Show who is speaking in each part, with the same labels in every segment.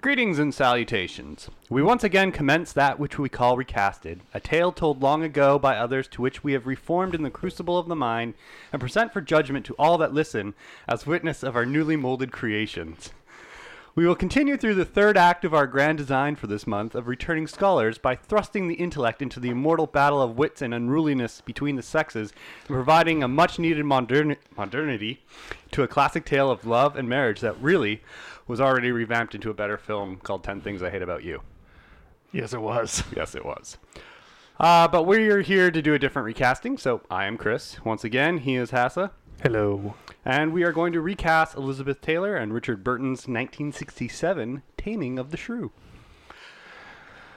Speaker 1: Greetings and salutations. We once again commence that which we call recasted, a tale told long ago by others to which we have reformed in the crucible of the mind, and present for judgment to all that listen as witness of our newly molded creations. We will continue through the third act of our grand design for this month of returning scholars by thrusting the intellect into the immortal battle of wits and unruliness between the sexes and providing a much needed modern- modernity to a classic tale of love and marriage that really was already revamped into a better film called 10 Things I Hate About You.
Speaker 2: Yes, it was.
Speaker 1: Yes, it was. Uh, but we're here to do a different recasting, so I am Chris. Once again, he is Hassa.
Speaker 2: Hello.
Speaker 1: And we are going to recast Elizabeth Taylor and Richard Burton's 1967 Taming of the Shrew.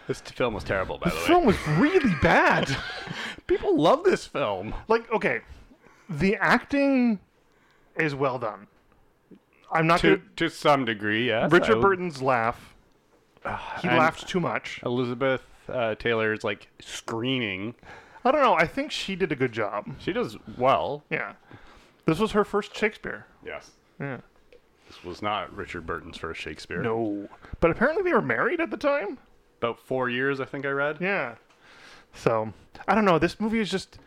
Speaker 1: This t- film was terrible, by
Speaker 2: The
Speaker 1: the way.
Speaker 2: film was really bad.
Speaker 1: People love this film.
Speaker 2: like, okay, the acting is well done. I'm not
Speaker 1: To
Speaker 2: gonna.
Speaker 1: to some degree, yes. I
Speaker 2: Richard
Speaker 1: would-
Speaker 2: Burton's laugh. He
Speaker 1: and-
Speaker 2: laughed too much.
Speaker 1: Elizabeth uh, Taylor's like screaming.
Speaker 2: I don't know. I think she did a good job.
Speaker 1: She does well.
Speaker 2: Yeah. This was her first Shakespeare.
Speaker 1: Yes.
Speaker 2: Yeah.
Speaker 1: This was not Richard Burton's first Shakespeare.
Speaker 2: No. But apparently they were married at the time.
Speaker 1: About four years, I think I read.
Speaker 2: Yeah. So, I don't know. This movie is just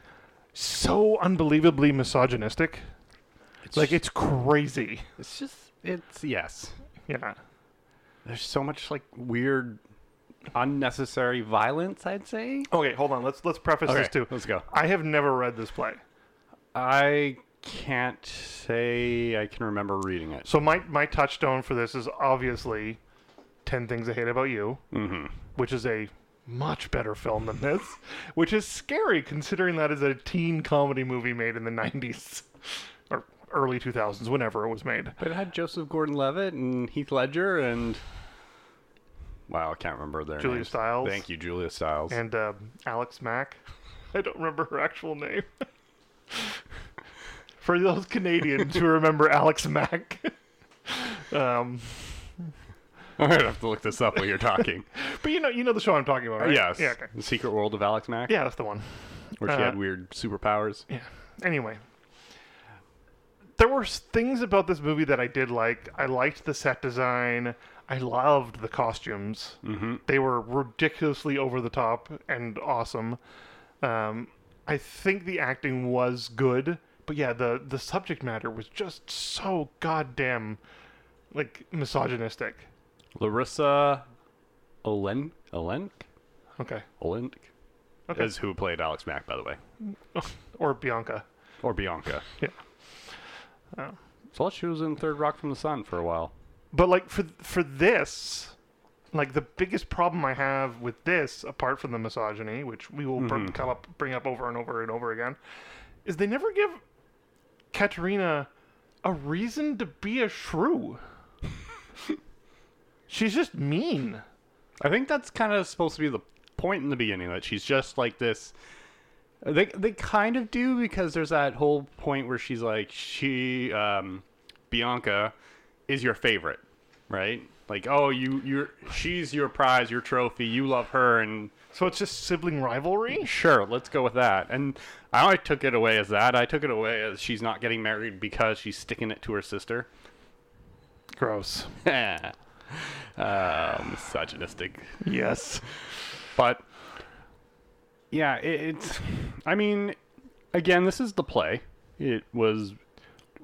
Speaker 2: so unbelievably misogynistic. like, it's crazy.
Speaker 1: It's just, it's, yes.
Speaker 2: Yeah.
Speaker 1: There's so much like weird, unnecessary violence, I'd say.
Speaker 2: Okay, hold on. Let's let's preface this too.
Speaker 1: let's go.
Speaker 2: I have never read this play,
Speaker 1: I can't say I can remember reading it.
Speaker 2: so my my touchstone for this is obviously Ten Things I Hate About You, mm-hmm. which is a much better film than this, which is scary considering that is a teen comedy movie made in the '90s or early 2000s, whenever it was made.
Speaker 1: But it had Joseph Gordon-Levitt and Heath Ledger and wow, I can't remember their
Speaker 2: Julia
Speaker 1: names.
Speaker 2: Stiles.
Speaker 1: Thank you, Julia Stiles.
Speaker 2: And uh, Alex Mack, I don't remember her actual name. for those Canadians who remember Alex Mack. um,
Speaker 1: I'm gonna have to look this up while you're talking.
Speaker 2: But you know, you know the show I'm talking about, right?
Speaker 1: Yes,
Speaker 2: Yeah. Okay.
Speaker 1: The Secret World of Alex Mack,
Speaker 2: Yeah, that's the one.
Speaker 1: where she had
Speaker 2: uh,
Speaker 1: weird superpowers.
Speaker 2: Yeah. Anyway, there were s- things about this movie that I did like. I liked the set design. I loved the costumes. Mm-hmm. They were ridiculously over the top and awesome. Um, I think the acting was good, but yeah, the the subject matter was just so goddamn like misogynistic.
Speaker 1: Larissa Olen Olenk
Speaker 2: Okay.
Speaker 1: Olenk
Speaker 2: Okay.
Speaker 1: is who played Alex Mack, by the way,
Speaker 2: Or Bianca.
Speaker 1: or Bianca.
Speaker 2: Yeah.
Speaker 1: So she was in Third Rock from the Sun for a while.
Speaker 2: but like for for this like the biggest problem i have with this apart from the misogyny which we will br- come up bring up over and over and over again is they never give katerina a reason to be a shrew she's just mean
Speaker 1: I think that's kind of supposed to be the point in the beginning that she's just like this. They they kind of do because there's that whole point where she's like she um, Bianca is your favorite, right? Like oh you you're she's your prize, your trophy. You love her, and
Speaker 2: so it's just sibling rivalry
Speaker 1: sure let's go with that. And I only took it away as that. I took it away as she's not getting married because she's sticking it to her sister.
Speaker 2: gross
Speaker 1: uh, misogynistic.
Speaker 2: yes
Speaker 1: but yeah it, it's i mean again this is the play it was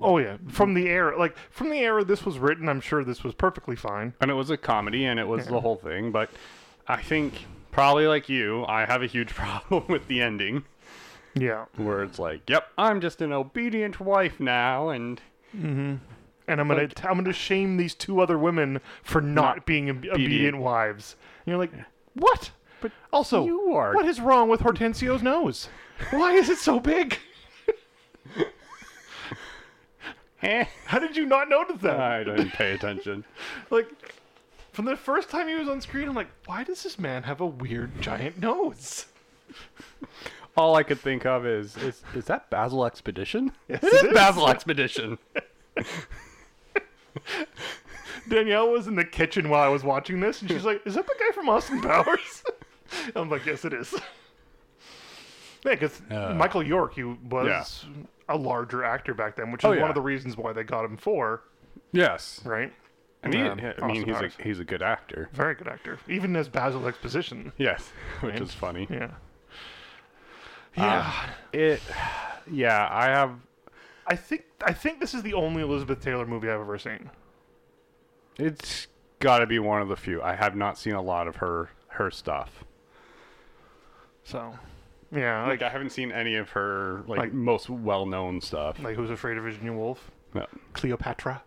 Speaker 2: oh yeah from the era like from the era this was written i'm sure this was perfectly fine
Speaker 1: and it was a comedy and it was the whole thing but i think probably like you i have a huge problem with the ending
Speaker 2: yeah
Speaker 1: where it's like yep i'm just an obedient wife now and
Speaker 2: and I'm gonna t- I'm gonna shame these two other women for not, being ob- obedient wives. And you're like, what? But also,
Speaker 1: you are-
Speaker 2: Oh. What is wrong with Hortensio's nose? Why is it so big?
Speaker 1: eh,
Speaker 2: How did you not notice that?
Speaker 1: i didn't pay attention
Speaker 2: Like, from the first time he was on screen, I'm like, why does this man have a weird giant nose?
Speaker 1: all i could think of is is, is that basil expedition
Speaker 2: Yes,
Speaker 1: it
Speaker 2: it
Speaker 1: is,
Speaker 2: is.
Speaker 1: basil expedition
Speaker 2: Danielle was in the kitchen while I was watching this, and she's like, "Is that the guy from Austin Powers?" I'm like, "Yes, it is." Yeah, because
Speaker 1: Uh.
Speaker 2: Michael York, he was a larger actor back then, which is
Speaker 1: Oh, yeah.
Speaker 2: one of the reasons why they got him for
Speaker 1: yes
Speaker 2: right.
Speaker 1: And he,
Speaker 2: Um,
Speaker 1: I mean,
Speaker 2: Austin
Speaker 1: he's
Speaker 2: Powers.
Speaker 1: a he's a good actor.
Speaker 2: Very good actor, even as Basil Exposition.
Speaker 1: Yes, which
Speaker 2: Right.
Speaker 1: is funny.
Speaker 2: Yeah. Yeah.
Speaker 1: It, yeah, I have.
Speaker 2: I think I think this is the only Elizabeth Taylor movie I've ever seen.
Speaker 1: It's got to be one of the few. I have not seen a lot of her her stuff.
Speaker 2: So, yeah,
Speaker 1: Like
Speaker 2: like
Speaker 1: I haven't seen any of her like,
Speaker 2: Like-
Speaker 1: most well known stuff.
Speaker 2: like Who's Afraid of Virginia Woolf,
Speaker 1: No.
Speaker 2: Cleopatra.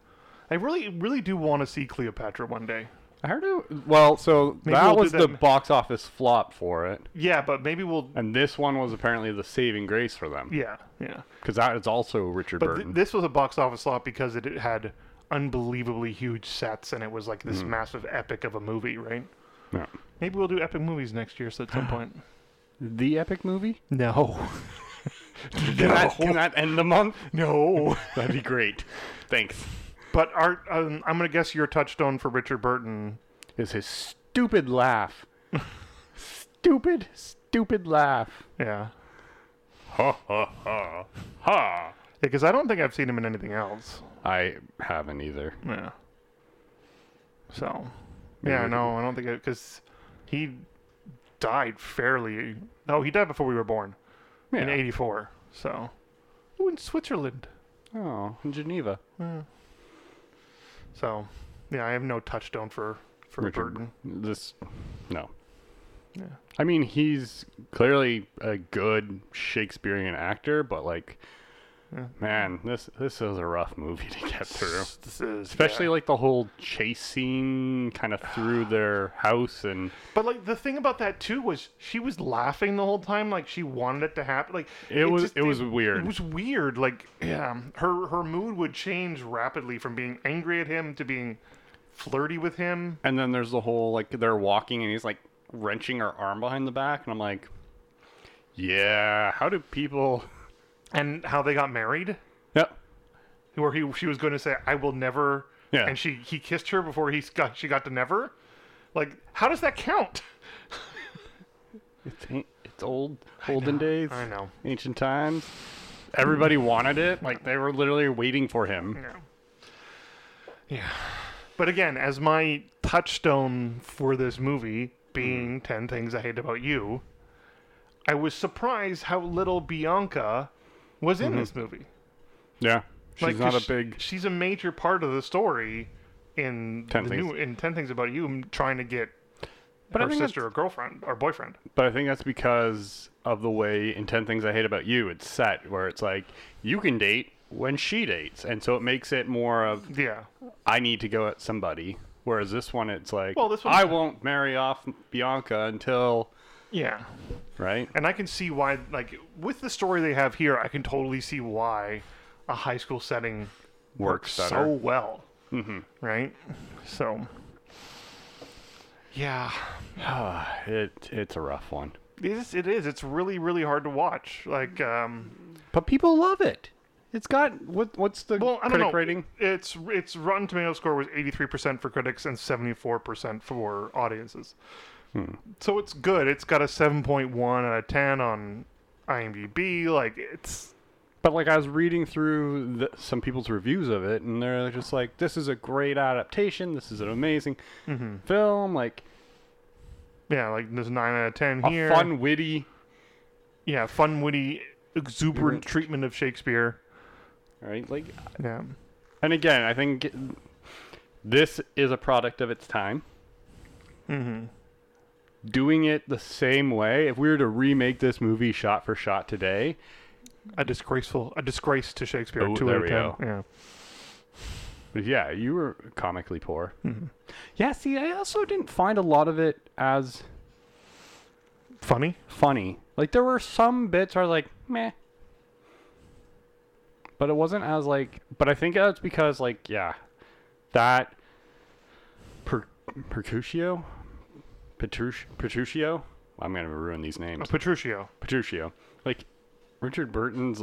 Speaker 2: I really really do want to see Cleopatra one day.
Speaker 1: I heard it. Well, so
Speaker 2: Maybe
Speaker 1: that
Speaker 2: we'll do
Speaker 1: was the
Speaker 2: that-
Speaker 1: box office flop for it,
Speaker 2: Yeah, but maybe we'll.
Speaker 1: and this one was apparently the saving grace for them
Speaker 2: Yeah, yeah.
Speaker 1: because that is also Richard
Speaker 2: But
Speaker 1: Burton.
Speaker 2: th- this was a box office slot because it, it had unbelievably huge sets and it was like this massive epic of a movie, right?
Speaker 1: Yeah.
Speaker 2: Maybe we'll do epic movies next year. So at some point.
Speaker 1: The epic movie.
Speaker 2: No.
Speaker 1: Can, that, can that end the month?
Speaker 2: no.
Speaker 1: That'd be great. Thanks.
Speaker 2: But our, um, I'm gonna guess your touchstone for Richard Burton.
Speaker 1: Is his stupid laugh. stupid, stupid laugh.
Speaker 2: Yeah.
Speaker 1: Ha ha ha ha.
Speaker 2: Because I don't think I've seen him in anything else.
Speaker 1: I haven't either.
Speaker 2: Yeah. So. Yeah.
Speaker 1: we
Speaker 2: No, I don't think because he died fairly. No, he died before we were born in
Speaker 1: Yeah.
Speaker 2: '84. So. Ooh, in Switzerland.
Speaker 1: Oh, in Geneva.
Speaker 2: So. Yeah, I have no touchstone for for
Speaker 1: Richard.
Speaker 2: Burton.
Speaker 1: This, no.
Speaker 2: Yeah.
Speaker 1: I mean, he's clearly a good Shakespearean actor, but like,
Speaker 2: Yeah.
Speaker 1: man, this this is a rough movie to get through.
Speaker 2: This is
Speaker 1: Especially
Speaker 2: yeah.
Speaker 1: like the whole chase scene, kind of through their house, and
Speaker 2: But like the thing about that too was she was laughing the whole time, like she wanted it to happen. Like
Speaker 1: it, was
Speaker 2: just-
Speaker 1: it was weird.
Speaker 2: It was weird. Like yeah, her her mood would change rapidly from being angry at him to being flirty with him.
Speaker 1: And then there's the whole like they're walking and he's like wrenching her arm behind the back, and I'm like, yeah, how do people?
Speaker 2: And how they got married,
Speaker 1: Yep.
Speaker 2: where he she was going to say I will never.
Speaker 1: Yeah.
Speaker 2: And she he kissed her before he got she got to never. Like how does that count?
Speaker 1: It's an- it's old olden days.
Speaker 2: I know.
Speaker 1: Ancient times. Everybody wanted it. Like they were literally waiting for him.
Speaker 2: Yeah. Yeah. But again, as my touchstone for this movie being
Speaker 1: Mm-hmm.
Speaker 2: 10 Things I Hate About You, I was surprised how little Bianca was in this movie.
Speaker 1: Yeah. Mm-hmm. She's
Speaker 2: Like,
Speaker 1: not
Speaker 2: 'cause
Speaker 1: a big.
Speaker 2: She's a major part of the story in
Speaker 1: 10
Speaker 2: the
Speaker 1: Things.
Speaker 2: new in 10 Things About You m- trying to get
Speaker 1: But I
Speaker 2: her
Speaker 1: think
Speaker 2: sister or girlfriend or boyfriend.
Speaker 1: But I think that's because of the way in Ten Things I Hate About You it's set, where it's like you can date when she dates, and so it makes it more of
Speaker 2: Yeah.
Speaker 1: I need to go at somebody. Whereas this one, it's like,
Speaker 2: Well, this one-
Speaker 1: I won't marry off Bianca until
Speaker 2: Yeah.
Speaker 1: right.
Speaker 2: And I can see why, like, with the story they have here, I can totally see why a high school setting
Speaker 1: Works
Speaker 2: works
Speaker 1: better.
Speaker 2: so well. Mm-hmm. Right? So, yeah.
Speaker 1: it it's a rough one,
Speaker 2: It is, it is. It's really, really hard to watch. Like, um,
Speaker 1: but people love it. It's got what what's the
Speaker 2: well, I don't
Speaker 1: critic
Speaker 2: know.
Speaker 1: rating?
Speaker 2: It's, it's Rotten Tomato score was 83% for critics and 74% for audiences.
Speaker 1: Hmm.
Speaker 2: So it's good. It's got a 7.1 out of 10 on IMDb. Like, it's,
Speaker 1: But like I was reading through the, some people's reviews of it, and they're just like, "This is a great adaptation. This is an amazing Mm-hmm. film. Like
Speaker 2: yeah, like, there's 9 out of 10
Speaker 1: a
Speaker 2: here.
Speaker 1: fun, witty,
Speaker 2: yeah, fun, witty, exuberant treatment of Shakespeare.
Speaker 1: right? Like,
Speaker 2: Yeah,
Speaker 1: and again, I think this is a product of its time.
Speaker 2: mm-hmm.
Speaker 1: doing it the same way, if we were to remake this movie shot for shot today,
Speaker 2: a disgraceful, a disgrace to Shakespeare.
Speaker 1: Oh,
Speaker 2: Two
Speaker 1: there
Speaker 2: out of
Speaker 1: we
Speaker 2: ten. Yeah,
Speaker 1: yeah, you were comically poor.
Speaker 2: Mm-hmm.
Speaker 1: Yeah, see, I also didn't find a lot of it as
Speaker 2: funny.
Speaker 1: funny. Like there were some bits where I was like, meh. But it wasn't as like but I think that's because like, yeah. That per Percusio? Petrush Petruccio? I'm gonna ruin these
Speaker 2: Uh,
Speaker 1: names.
Speaker 2: Petruchio.
Speaker 1: Petruccio. Like Richard Burton's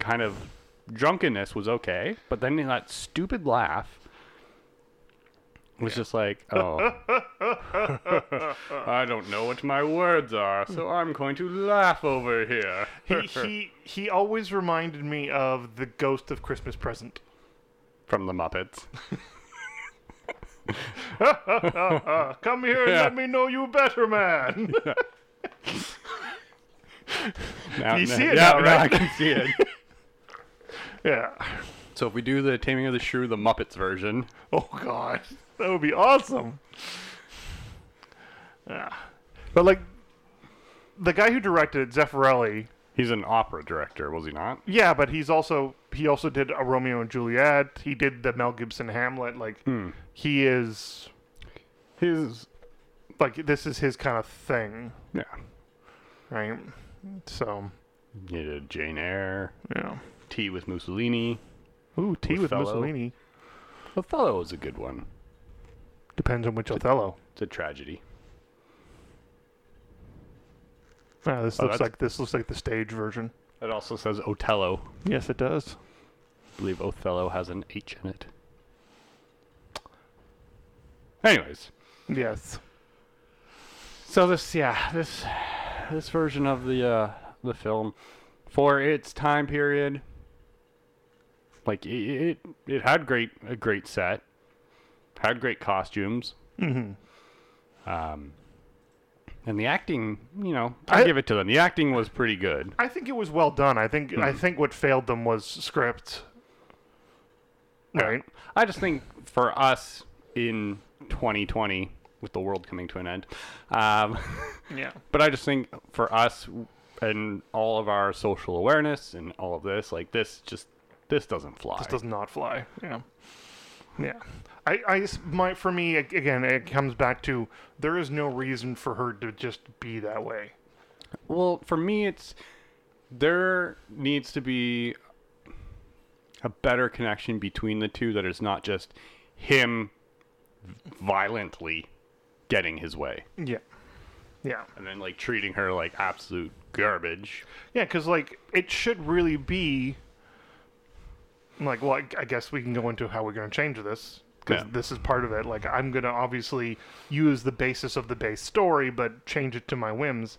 Speaker 1: kind of drunkenness was okay, but then that stupid laugh was just like, oh, I don't know what my words are, so I'm going to laugh over here.
Speaker 2: He, he he always reminded me of the ghost of Christmas present.
Speaker 1: From the Muppets.
Speaker 2: Uh, Come here and
Speaker 1: Yeah.
Speaker 2: let me know you better, man.
Speaker 1: Now-
Speaker 2: You
Speaker 1: now-
Speaker 2: see it
Speaker 1: yeah,
Speaker 2: now,
Speaker 1: now I
Speaker 2: right?
Speaker 1: can see it.
Speaker 2: yeah.
Speaker 1: so if we do the Taming of the Shrew, the Muppets version,
Speaker 2: Oh god, that would be awesome. Yeah. But like, the guy who directed it, Zeffirelli,
Speaker 1: he's an opera director, was he not?
Speaker 2: yeah, but he's also he also did a Romeo and Juliet. He did the Mel Gibson Hamlet. Like,
Speaker 1: Hmm.
Speaker 2: he is
Speaker 1: He's
Speaker 2: like this is his kind of thing,
Speaker 1: yeah.
Speaker 2: right? So
Speaker 1: He did Jane Eyre,
Speaker 2: yeah.
Speaker 1: Tea with Mussolini.
Speaker 2: Ooh, tea with,
Speaker 1: Othello.
Speaker 2: Mussolini.
Speaker 1: Othello was a good one.
Speaker 2: Depends on which Othello.
Speaker 1: It's a tragedy.
Speaker 2: Ah, this
Speaker 1: Oh,
Speaker 2: looks
Speaker 1: that's-
Speaker 2: like this looks like the stage version.
Speaker 1: It also says Otello.
Speaker 2: Yes, it does.
Speaker 1: I believe Othello has an H in it. Anyways,
Speaker 2: Yes.
Speaker 1: so this yeah this this version of the uh, the film for its time period, like it, it it had great a great set, had great costumes,
Speaker 2: hmm
Speaker 1: um, and the acting you know I,
Speaker 2: I-
Speaker 1: give it to them. The acting was pretty good.
Speaker 2: I think it was well done. I think I think what failed them was script. Right.
Speaker 1: I just think for us in 2020 with the world coming to an end. Um,
Speaker 2: Yeah.
Speaker 1: But I just think for us and all of our social awareness and all of this, like this just this doesn't fly.
Speaker 2: This does not fly. Yeah. Yeah. I, I s- my for me ag- again it comes back to there is no reason for her to just be that way.
Speaker 1: well, for me it's there needs to be a better connection between the two that it's not just him violently getting his way
Speaker 2: Yeah. Yeah.
Speaker 1: and then like treating her like absolute garbage.
Speaker 2: Yeah, because like it should really be like well, I, I guess we can go into how we're going to change this because
Speaker 1: Yeah.
Speaker 2: this is part of it. Like I'm going to obviously use the basis of the base story, but change it to my whims.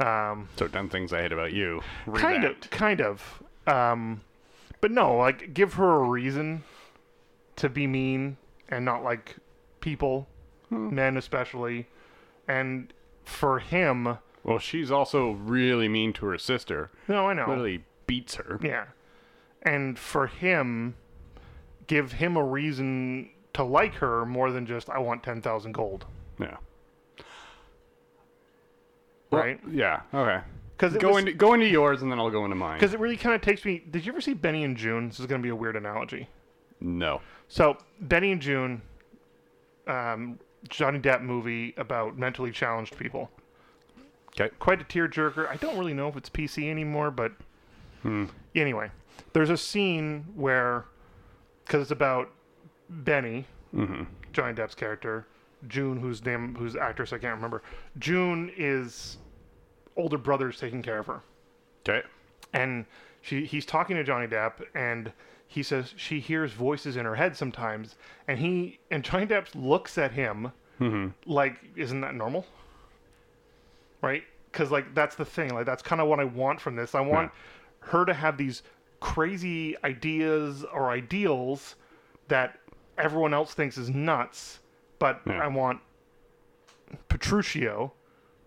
Speaker 2: Um,
Speaker 1: So 10 things I hate about you.
Speaker 2: kind of,
Speaker 1: revamped.
Speaker 2: kind of. Um, but no, like give her a reason to be mean and not like people,
Speaker 1: Hmm.
Speaker 2: men especially, and for him.
Speaker 1: Well, she's also really mean to her sister.
Speaker 2: No, I know.
Speaker 1: Literally beats her.
Speaker 2: Yeah. And for him, give him a reason to like her more than just, I want 10,000 gold.
Speaker 1: Yeah.
Speaker 2: Right?
Speaker 1: Yeah. Okay.
Speaker 2: Because it,
Speaker 1: Go
Speaker 2: was-
Speaker 1: into go into yours, and then I'll go into mine.
Speaker 2: 'cause it really kind of takes me. Did you ever see Benny and June? This is going to be a weird analogy.
Speaker 1: No.
Speaker 2: So, Benny and June, um, Johnny Depp movie about mentally challenged people.
Speaker 1: Okay.
Speaker 2: quite a tearjerker. I don't really know if it's PC anymore, but anyway, there's a scene where because it's about Benny, Johnny Depp's character, June, whose name, whose actress I can't remember. June is older brother's taking care of her,
Speaker 1: Okay.
Speaker 2: and she he's talking to Johnny Depp, and he says she hears voices in her head sometimes, and he and Johnny Depp looks at him like, isn't that normal? Right? Because like that's the thing. Like that's kind of what I want from this. I want her to have these crazy ideas or ideals that everyone else thinks is nuts, but
Speaker 1: Yeah.
Speaker 2: I want Petruchio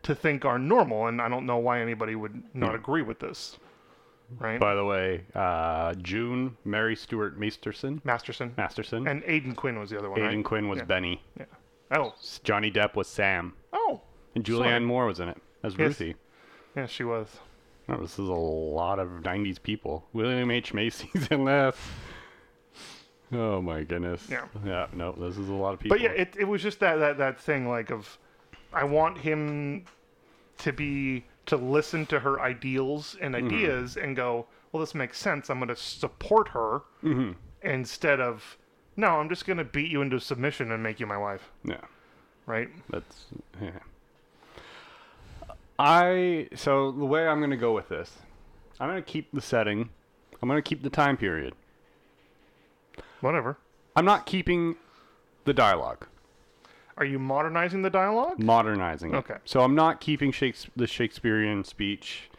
Speaker 2: to think are normal, and I don't know why anybody would not agree with this. Right?
Speaker 1: By the way, uh, June Mary Stuart Masterson.
Speaker 2: Masterson
Speaker 1: Masterson.
Speaker 2: and Aiden Quinn was the other one.
Speaker 1: Aidan
Speaker 2: right?
Speaker 1: Quinn was
Speaker 2: Yeah.
Speaker 1: Benny.
Speaker 2: Yeah. Oh.
Speaker 1: Johnny Depp was Sam.
Speaker 2: Oh.
Speaker 1: And Julianne
Speaker 2: Sorry.
Speaker 1: Moore was in it as
Speaker 2: Yes.
Speaker 1: Ruthie.
Speaker 2: Yeah, she was.
Speaker 1: Oh, this is a lot of '90s people. William H Macy's in this. Oh my goodness.
Speaker 2: Yeah.
Speaker 1: Yeah. No, this is a lot of people.
Speaker 2: But yeah, it, it was just that, that that thing like of I want him to be to listen to her ideals and
Speaker 1: Mm-hmm.
Speaker 2: ideas and go, well, this makes sense. I'm going to support her
Speaker 1: Mm-hmm.
Speaker 2: instead of no, I'm just going to beat you into submission and make you my wife,
Speaker 1: yeah.
Speaker 2: right?
Speaker 1: That's yeah. I so the way I'm gonna go with this, I'm gonna keep the setting. I'm gonna keep the time period.
Speaker 2: Whatever.
Speaker 1: I'm not keeping the dialogue.
Speaker 2: Are you modernizing the dialogue?
Speaker 1: Modernizing it.
Speaker 2: Okay.
Speaker 1: So I'm not keeping Shakespeare, the Shakespearean speech,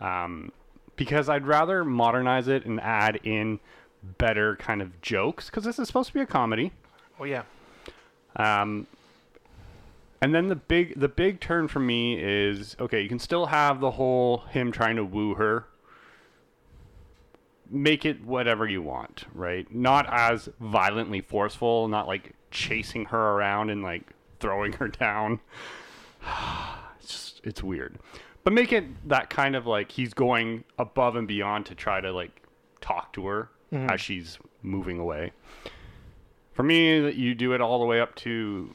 Speaker 1: um, because I'd rather modernize it and add in better kind of jokes. Because this is supposed to be a comedy.
Speaker 2: Oh yeah.
Speaker 1: Um, and then the big the big turn for me is okay. You can still have the whole him trying to woo her. Make it whatever you want, right? Not as violently forceful, not like chasing her around and like throwing her down. It's just it's weird. But make it that kind of like he's going above and beyond to try to like talk to her as she's moving away. For me, that you do it all the way up to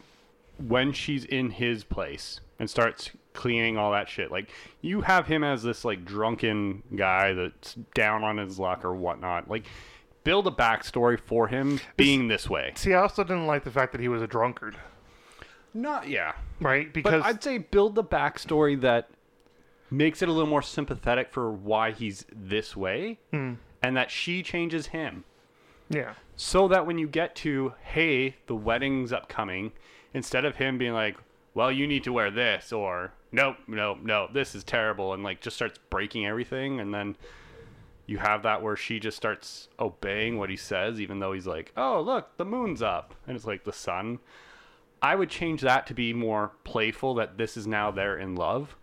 Speaker 1: when she's in his place and starts cleaning all that shit. Like you have him as this like drunken guy that's down on his luck or whatnot. Like build a backstory for him being this way.
Speaker 2: See, I also didn't like the fact that he was a drunkard,
Speaker 1: Not yeah.
Speaker 2: right?
Speaker 1: But
Speaker 2: Because
Speaker 1: I'd say build the backstory that makes it a little more sympathetic for why he's this way and that she changes him.
Speaker 2: yeah,
Speaker 1: so that when you get to hey the wedding's upcoming instead of him being like well you need to wear this or nope nope no this is terrible and like just starts breaking everything and then you have that where she just starts obeying what he says even though he's like oh look the moon's up and it's like the sun i would change that to be more playful that this is now they're in love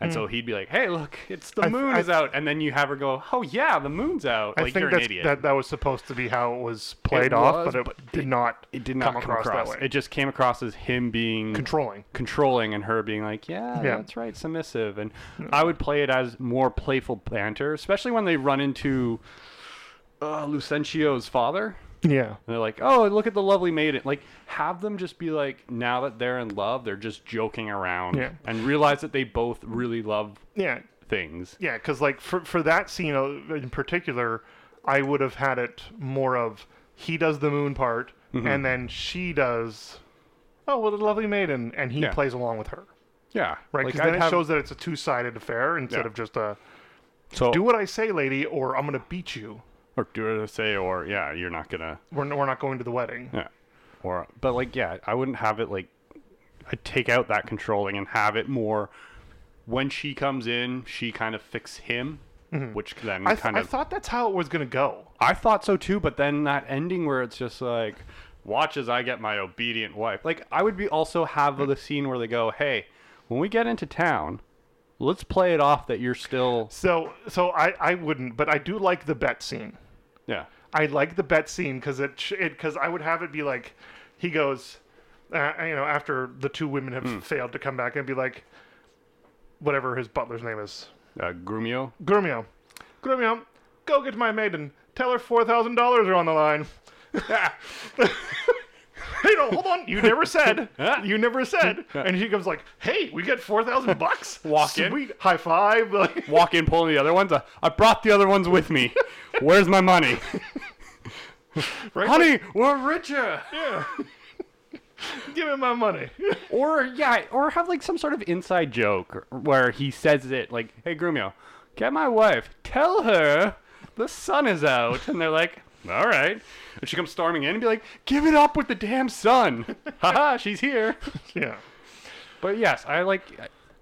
Speaker 1: and so he'd be like, "Hey, look, it's the
Speaker 2: Hmm. I-
Speaker 1: moon
Speaker 2: I-
Speaker 1: is out," and then you have her go, "Oh yeah, the moon's out."
Speaker 2: I
Speaker 1: like
Speaker 2: think
Speaker 1: you're an
Speaker 2: that's,
Speaker 1: idiot.
Speaker 2: that that was supposed to be how it was played
Speaker 1: It
Speaker 2: off,
Speaker 1: was,
Speaker 2: but it
Speaker 1: but
Speaker 2: did not.
Speaker 1: it did not come, across,
Speaker 2: that way.
Speaker 1: It just came across as him being
Speaker 2: controlling.
Speaker 1: controlling and her being like, yeah,
Speaker 2: Yeah.
Speaker 1: that's right, submissive. And I would play it as more playful banter, especially when they run into uh, Lucentio's father.
Speaker 2: Yeah,
Speaker 1: And they're like, oh, look at the lovely maiden. Like, have them just be like, now that they're in love, they're just joking around
Speaker 2: Yeah.
Speaker 1: and realize that they both really love
Speaker 2: yeah,
Speaker 1: things.
Speaker 2: yeah. Because like for for that scene uh, in particular, I would have had it more of he does the moon part,
Speaker 1: Mm-hmm.
Speaker 2: and then she does. Oh, what a lovely maiden, and he
Speaker 1: Yeah.
Speaker 2: plays along with her,
Speaker 1: Yeah.
Speaker 2: right?
Speaker 1: Like,
Speaker 2: Because
Speaker 1: I'd
Speaker 2: then it
Speaker 1: have-
Speaker 2: shows that it's a two sided affair instead
Speaker 1: Yeah.
Speaker 2: of just a
Speaker 1: so,
Speaker 2: do what I say, lady, or I'm gonna beat you.
Speaker 1: or do it or say, or yeah, you're not going to.
Speaker 2: We're, we're not going to the wedding.
Speaker 1: Yeah. Or but like yeah, I wouldn't have it like I'd take out that controlling and have it more when she comes in, she kind of fix him, which then
Speaker 2: Mm-hmm. I, th-
Speaker 1: kind
Speaker 2: I
Speaker 1: of
Speaker 2: thought that's how it was gonna go.
Speaker 1: I thought so too, but then that ending where it's just like watch as I get my obedient wife. Like I would be also have
Speaker 2: Mm-hmm.
Speaker 1: the scene where they go, "Hey, when we get into town, let's play it off that you're still
Speaker 2: So so I I wouldn't, but I do like the bet scene.
Speaker 1: yeah."
Speaker 2: I like the bet scene because it because I would have it be like he goes, uh, you know, after the two women have
Speaker 1: Hmm.
Speaker 2: failed to come back and be like, whatever his butler's name is,
Speaker 1: Uh, Grumio.
Speaker 2: Grumio, Grumio, go get my maiden. Tell her four thousand dollars are on the line. hey, no, hold on. You never said. You never said. And he comes like, hey, we get four thousand bucks.
Speaker 1: Walk in.
Speaker 2: Sweet. High five. Like,
Speaker 1: walk in pulling the other ones. I, I brought the other ones with me. Where's my money? Honey, we're richer.
Speaker 2: give me my money.
Speaker 1: Or yeah, or have like some sort of inside joke where he says it like, "Hey Grumio, get my wife. Tell her the sun is out." And they're like, "All right." And she comes storming in and be like, "Give it up with the damn sun." Haha, she's here.
Speaker 2: yeah.
Speaker 1: But yes, I like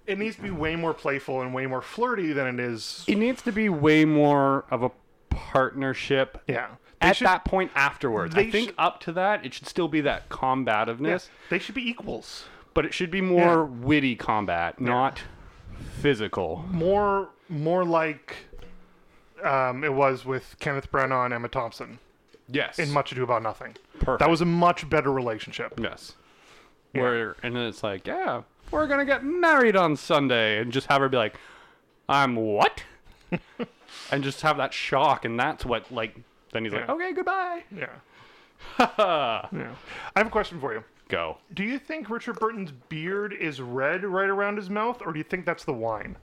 Speaker 2: It needs to be way more playful and way more flirty than it is.
Speaker 1: it needs to be way more of a partnership
Speaker 2: Yeah. They
Speaker 1: at
Speaker 2: should,
Speaker 1: that point afterwards. I
Speaker 2: they
Speaker 1: think
Speaker 2: should-
Speaker 1: up to that, it should still be that combativeness,
Speaker 2: They should be equals.
Speaker 1: but it should be more witty combat, not physical.
Speaker 2: More, more like um, it was with Kenneth Branagh and Emma Thompson
Speaker 1: Yes.
Speaker 2: in Much Ado About Nothing.
Speaker 1: Perfect.
Speaker 2: That was a much better relationship.
Speaker 1: yes. Where and then it's like, yeah, we're gonna get married on Sunday, and just have her be like, "I'm what?" and just have that shock, and that's what like. Then he's like,
Speaker 2: Yeah.
Speaker 1: "Okay, goodbye."
Speaker 2: Yeah. yeah. I have a question for you.
Speaker 1: Go.
Speaker 2: Do you think Richard Burton's beard is red right around his mouth, or do you think that's the wine?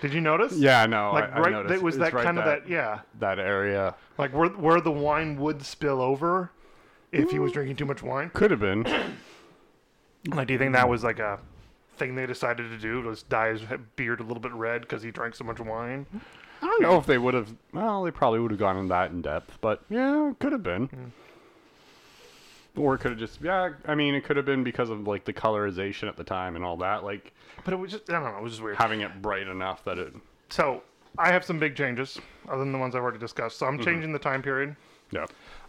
Speaker 2: Did you notice?
Speaker 1: Yeah, no,
Speaker 2: Like right, that was that kind of that. Yeah.
Speaker 1: that area.
Speaker 2: Like where where the wine would spill over if he was drinking too much wine.
Speaker 1: Could have been.
Speaker 2: Like, do you think that was like a thing they decided to do? Was dye his beard a little bit red because he drank so much wine?
Speaker 1: I don't know if they would have. Well, they probably would have gone in that in depth, but yeah, it could have been.
Speaker 2: Mm.
Speaker 1: Or it could have just yeah. I mean, it could have been because of like the colorization at the time and all that, like
Speaker 2: But it was just, I don't know, it was just weird.
Speaker 1: having it bright enough that it.
Speaker 2: So, I have some big Mm-hmm. changes other than the ones I've already discussed. So, I'm changing the time period.
Speaker 1: Yeah.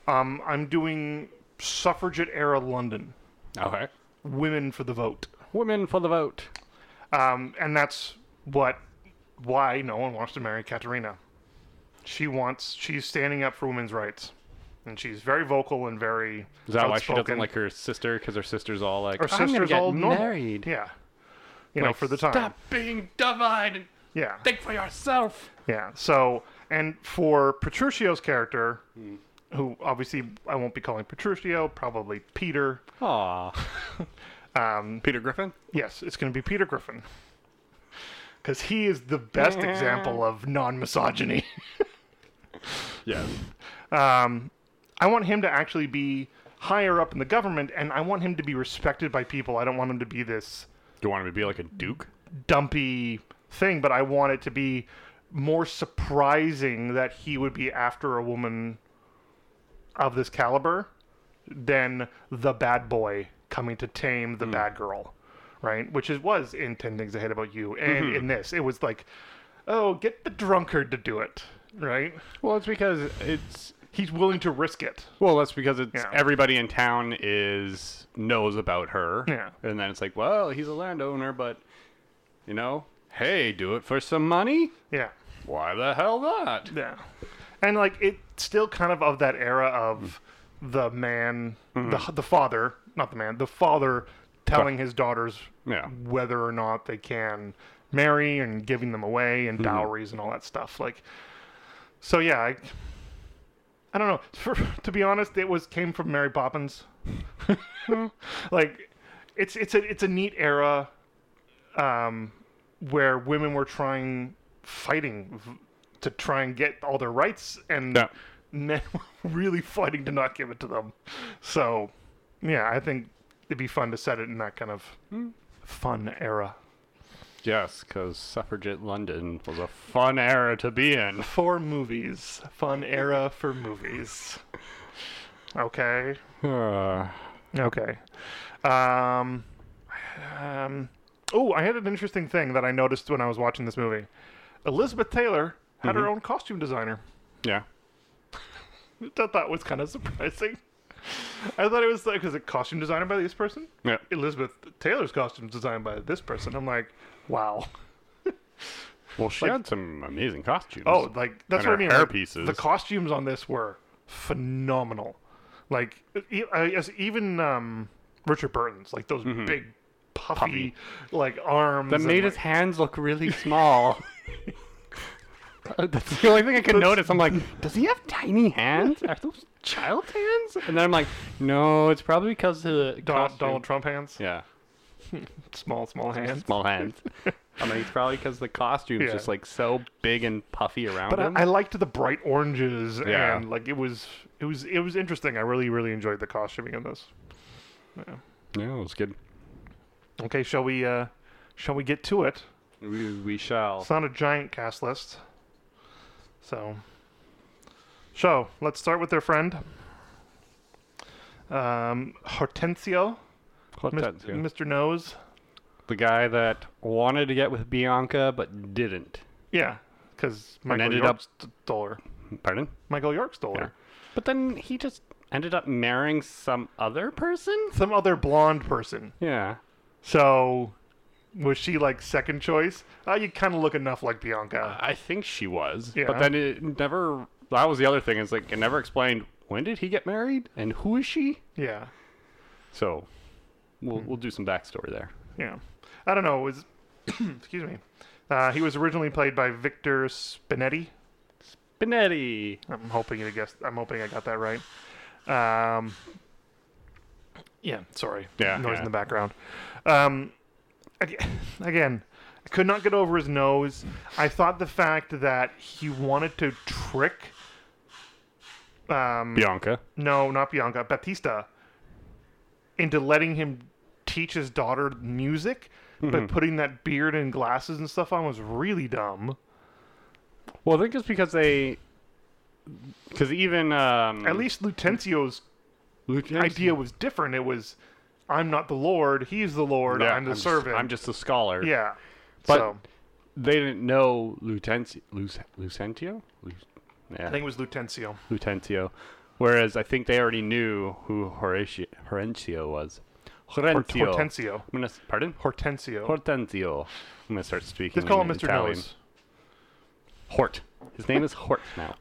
Speaker 2: Um, I'm doing suffragette era London.
Speaker 1: Okay.
Speaker 2: Women for the vote.
Speaker 1: Women for the vote.
Speaker 2: Um, and that's what why no one wants to marry Katerina. She wants she's standing up for women's rights. And she's very vocal and very
Speaker 1: Is that why she doesn't
Speaker 2: outspoken.
Speaker 1: like her sister? Because her sister's all like,
Speaker 2: her
Speaker 1: "I'm gonna
Speaker 2: sister's
Speaker 1: get
Speaker 2: all normal.
Speaker 1: married.
Speaker 2: Yeah. You know,
Speaker 1: Like,
Speaker 2: for the time.
Speaker 1: Stop being divided.
Speaker 2: Yeah.
Speaker 1: Think for yourself.
Speaker 2: Yeah. So, and for Petruccio's character,
Speaker 1: Hmm.
Speaker 2: who obviously I won't be calling Petruccio, probably Peter.
Speaker 1: Aw.
Speaker 2: Um,
Speaker 1: Peter Griffin.
Speaker 2: yes, it's going to be Peter Griffin. Because he is the best example of non misogyny.
Speaker 1: Yeah.
Speaker 2: Um, I want him to actually be higher up in the government, and I want him to be respected by people. I don't want him to be this
Speaker 1: Do you want him to be like a duke?
Speaker 2: dumpy thing, but I want it to be more surprising that he would be after a woman of this caliber than the bad boy coming to tame the bad girl, right? Which is was in Ten Things I Hate About You, and in this, it was like, oh, get the drunkard to do it, right?
Speaker 1: Well, it's because it's
Speaker 2: He's willing to risk it.
Speaker 1: Well, that's because it's
Speaker 2: Yeah.
Speaker 1: everybody in town is knows about her.
Speaker 2: Yeah.
Speaker 1: And then it's like, well, he's a landowner, but you know, hey, do it for some money?
Speaker 2: Yeah,
Speaker 1: Why the hell not?
Speaker 2: yeah, and like it's still kind of of that era of the man, the the father, not the man, the father telling his daughters
Speaker 1: Yeah.
Speaker 2: whether or not they can marry and giving them away
Speaker 1: Hmm.
Speaker 2: and dowries and all that stuff. Like, so yeah, I, I don't know. For, to be honest, it was came from Mary Poppins. like, it's it's a it's a neat era, um, where women were trying fighting v- to try and get all their rights and.
Speaker 1: Yeah.
Speaker 2: Men were really fighting to not give it to them, so yeah, I think it'd be fun to set it in that kind of fun era.
Speaker 1: Yes, because suffragette London was a fun era to be in.
Speaker 2: For movies. Fun era for movies. Okay.
Speaker 1: Uh,
Speaker 2: Okay. Um, um, oh, I had an interesting thing that I noticed when I was watching this movie. Elizabeth Taylor had her own costume designer.
Speaker 1: yeah.
Speaker 2: That that was kind of surprising. I thought it was like, is it costume designer by this person?
Speaker 1: Yeah.
Speaker 2: Elizabeth Taylor's costume designed by this person. I'm like, wow.
Speaker 1: Well, she
Speaker 2: Like-
Speaker 1: had some amazing costumes.
Speaker 2: Oh, like that's
Speaker 1: And
Speaker 2: what I
Speaker 1: her
Speaker 2: mean.
Speaker 1: hair
Speaker 2: like,
Speaker 1: pieces.
Speaker 2: The costumes on this were phenomenal. Like e- I guess even um, Richard Burton's, like those big puffy, like arms
Speaker 1: Mm-hmm. that
Speaker 2: and,
Speaker 1: made his
Speaker 2: like-
Speaker 1: hands look really small. That's the only thing I could notice. I'm like, does he have tiny hands? Are those child hands? And then I'm like, no, it's probably because of the
Speaker 2: Donald,
Speaker 1: costume.
Speaker 2: Donald Trump hands,
Speaker 1: Yeah,
Speaker 2: small, small hands.
Speaker 1: small hands. I mean, it's probably because the costume's
Speaker 2: Yeah.
Speaker 1: just like so big and puffy around
Speaker 2: But
Speaker 1: him.
Speaker 2: I, I liked the bright oranges
Speaker 1: Yeah.
Speaker 2: and like it was, it was, it was interesting. I really, really enjoyed the costuming in this.
Speaker 1: yeah, it was good.
Speaker 2: Okay, shall we? uh Shall we get to it?
Speaker 1: We, we shall.
Speaker 2: It's not a giant cast list, so. So let's start with their friend, um, Hortensio, Mis-
Speaker 1: Hortensio.
Speaker 2: Mr. Nose.
Speaker 1: the guy that wanted to get with Bianca but didn't.
Speaker 2: Yeah, because Michael
Speaker 1: ended
Speaker 2: York
Speaker 1: up-
Speaker 2: st- stole her.
Speaker 1: Pardon?
Speaker 2: Michael York stole
Speaker 1: Yeah.
Speaker 2: her.
Speaker 1: But then he just ended up marrying some other person?
Speaker 2: Some other blonde person.
Speaker 1: Yeah.
Speaker 2: So, was she like second choice? Oh, you kind of look enough like Bianca.
Speaker 1: I think she was.
Speaker 2: Yeah.
Speaker 1: But then it never. That was the other thing. Is like it never explained when did he get married and who is she.
Speaker 2: Yeah,
Speaker 1: So we'll we'll do some backstory there.
Speaker 2: yeah. I don't know. It was excuse me. Uh, he was originally played by Victor Spinetti.
Speaker 1: Benetti.
Speaker 2: I'm hoping you guessed. I'm hoping I got that right. Um, yeah, sorry.
Speaker 1: Yeah,
Speaker 2: noise
Speaker 1: yeah.
Speaker 2: in the background. Um, ag- again, I could not get over his nose. I thought the fact that he wanted to trick. Um,
Speaker 1: Bianca.
Speaker 2: no, not Bianca, Batista, into letting him teach his daughter music,
Speaker 1: Mm-hmm.
Speaker 2: but putting that beard and glasses and stuff on was really dumb.
Speaker 1: Well, I think it's because they. Because even um,
Speaker 2: At least Lutencio's
Speaker 1: Lieutenant-
Speaker 2: idea was different. It was, I'm not the Lord. He's the Lord.
Speaker 1: Yeah,
Speaker 2: I'm the
Speaker 1: just-
Speaker 2: servant.
Speaker 1: I'm just a scholar.
Speaker 2: yeah.
Speaker 1: But-
Speaker 2: so
Speaker 1: They didn't know Lutencio. Lucentio. Lu-
Speaker 2: I
Speaker 1: yeah.
Speaker 2: think it was Lutencio.
Speaker 1: Lutencio Whereas I think they already knew who Horatio, Hortensio was. Hortensio.
Speaker 2: Hortensio.
Speaker 1: I'm gonna, s- pardon?
Speaker 2: Hortensio.
Speaker 1: Hortensio. I'm going to start speaking
Speaker 2: Just call him
Speaker 1: in
Speaker 2: Mr.
Speaker 1: Italian.
Speaker 2: Nose.
Speaker 1: Hort. His name is Hort now.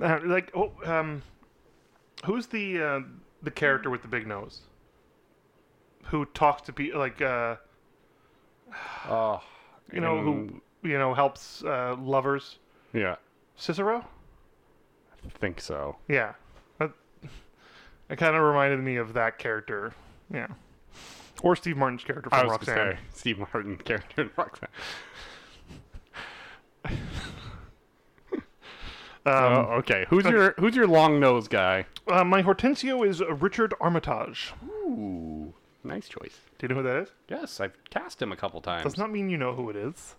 Speaker 2: Uh, like, oh, um, who's the uh, the character with the big nose? Who talks to people like uh,
Speaker 1: Oh.
Speaker 2: you know
Speaker 1: Um,
Speaker 2: who you know helps uh, lovers?
Speaker 1: Yeah,
Speaker 2: Cicero.
Speaker 1: I think so.
Speaker 2: Yeah, that, it kind of reminded me of that character. Yeah, or Steve Martin's character
Speaker 1: I
Speaker 2: from
Speaker 1: was
Speaker 2: Roxanne.
Speaker 1: gonna say Steve Martin character in Roxanne.
Speaker 2: Um,
Speaker 1: oh, okay. Who's your Who's your long nose guy?
Speaker 2: uh, my Hortensio is uh, Richard Armitage.
Speaker 1: Ooh, nice choice.
Speaker 2: Do you know who that is?
Speaker 1: Yes, I've cast him a couple times.
Speaker 2: Does not mean you know who it is.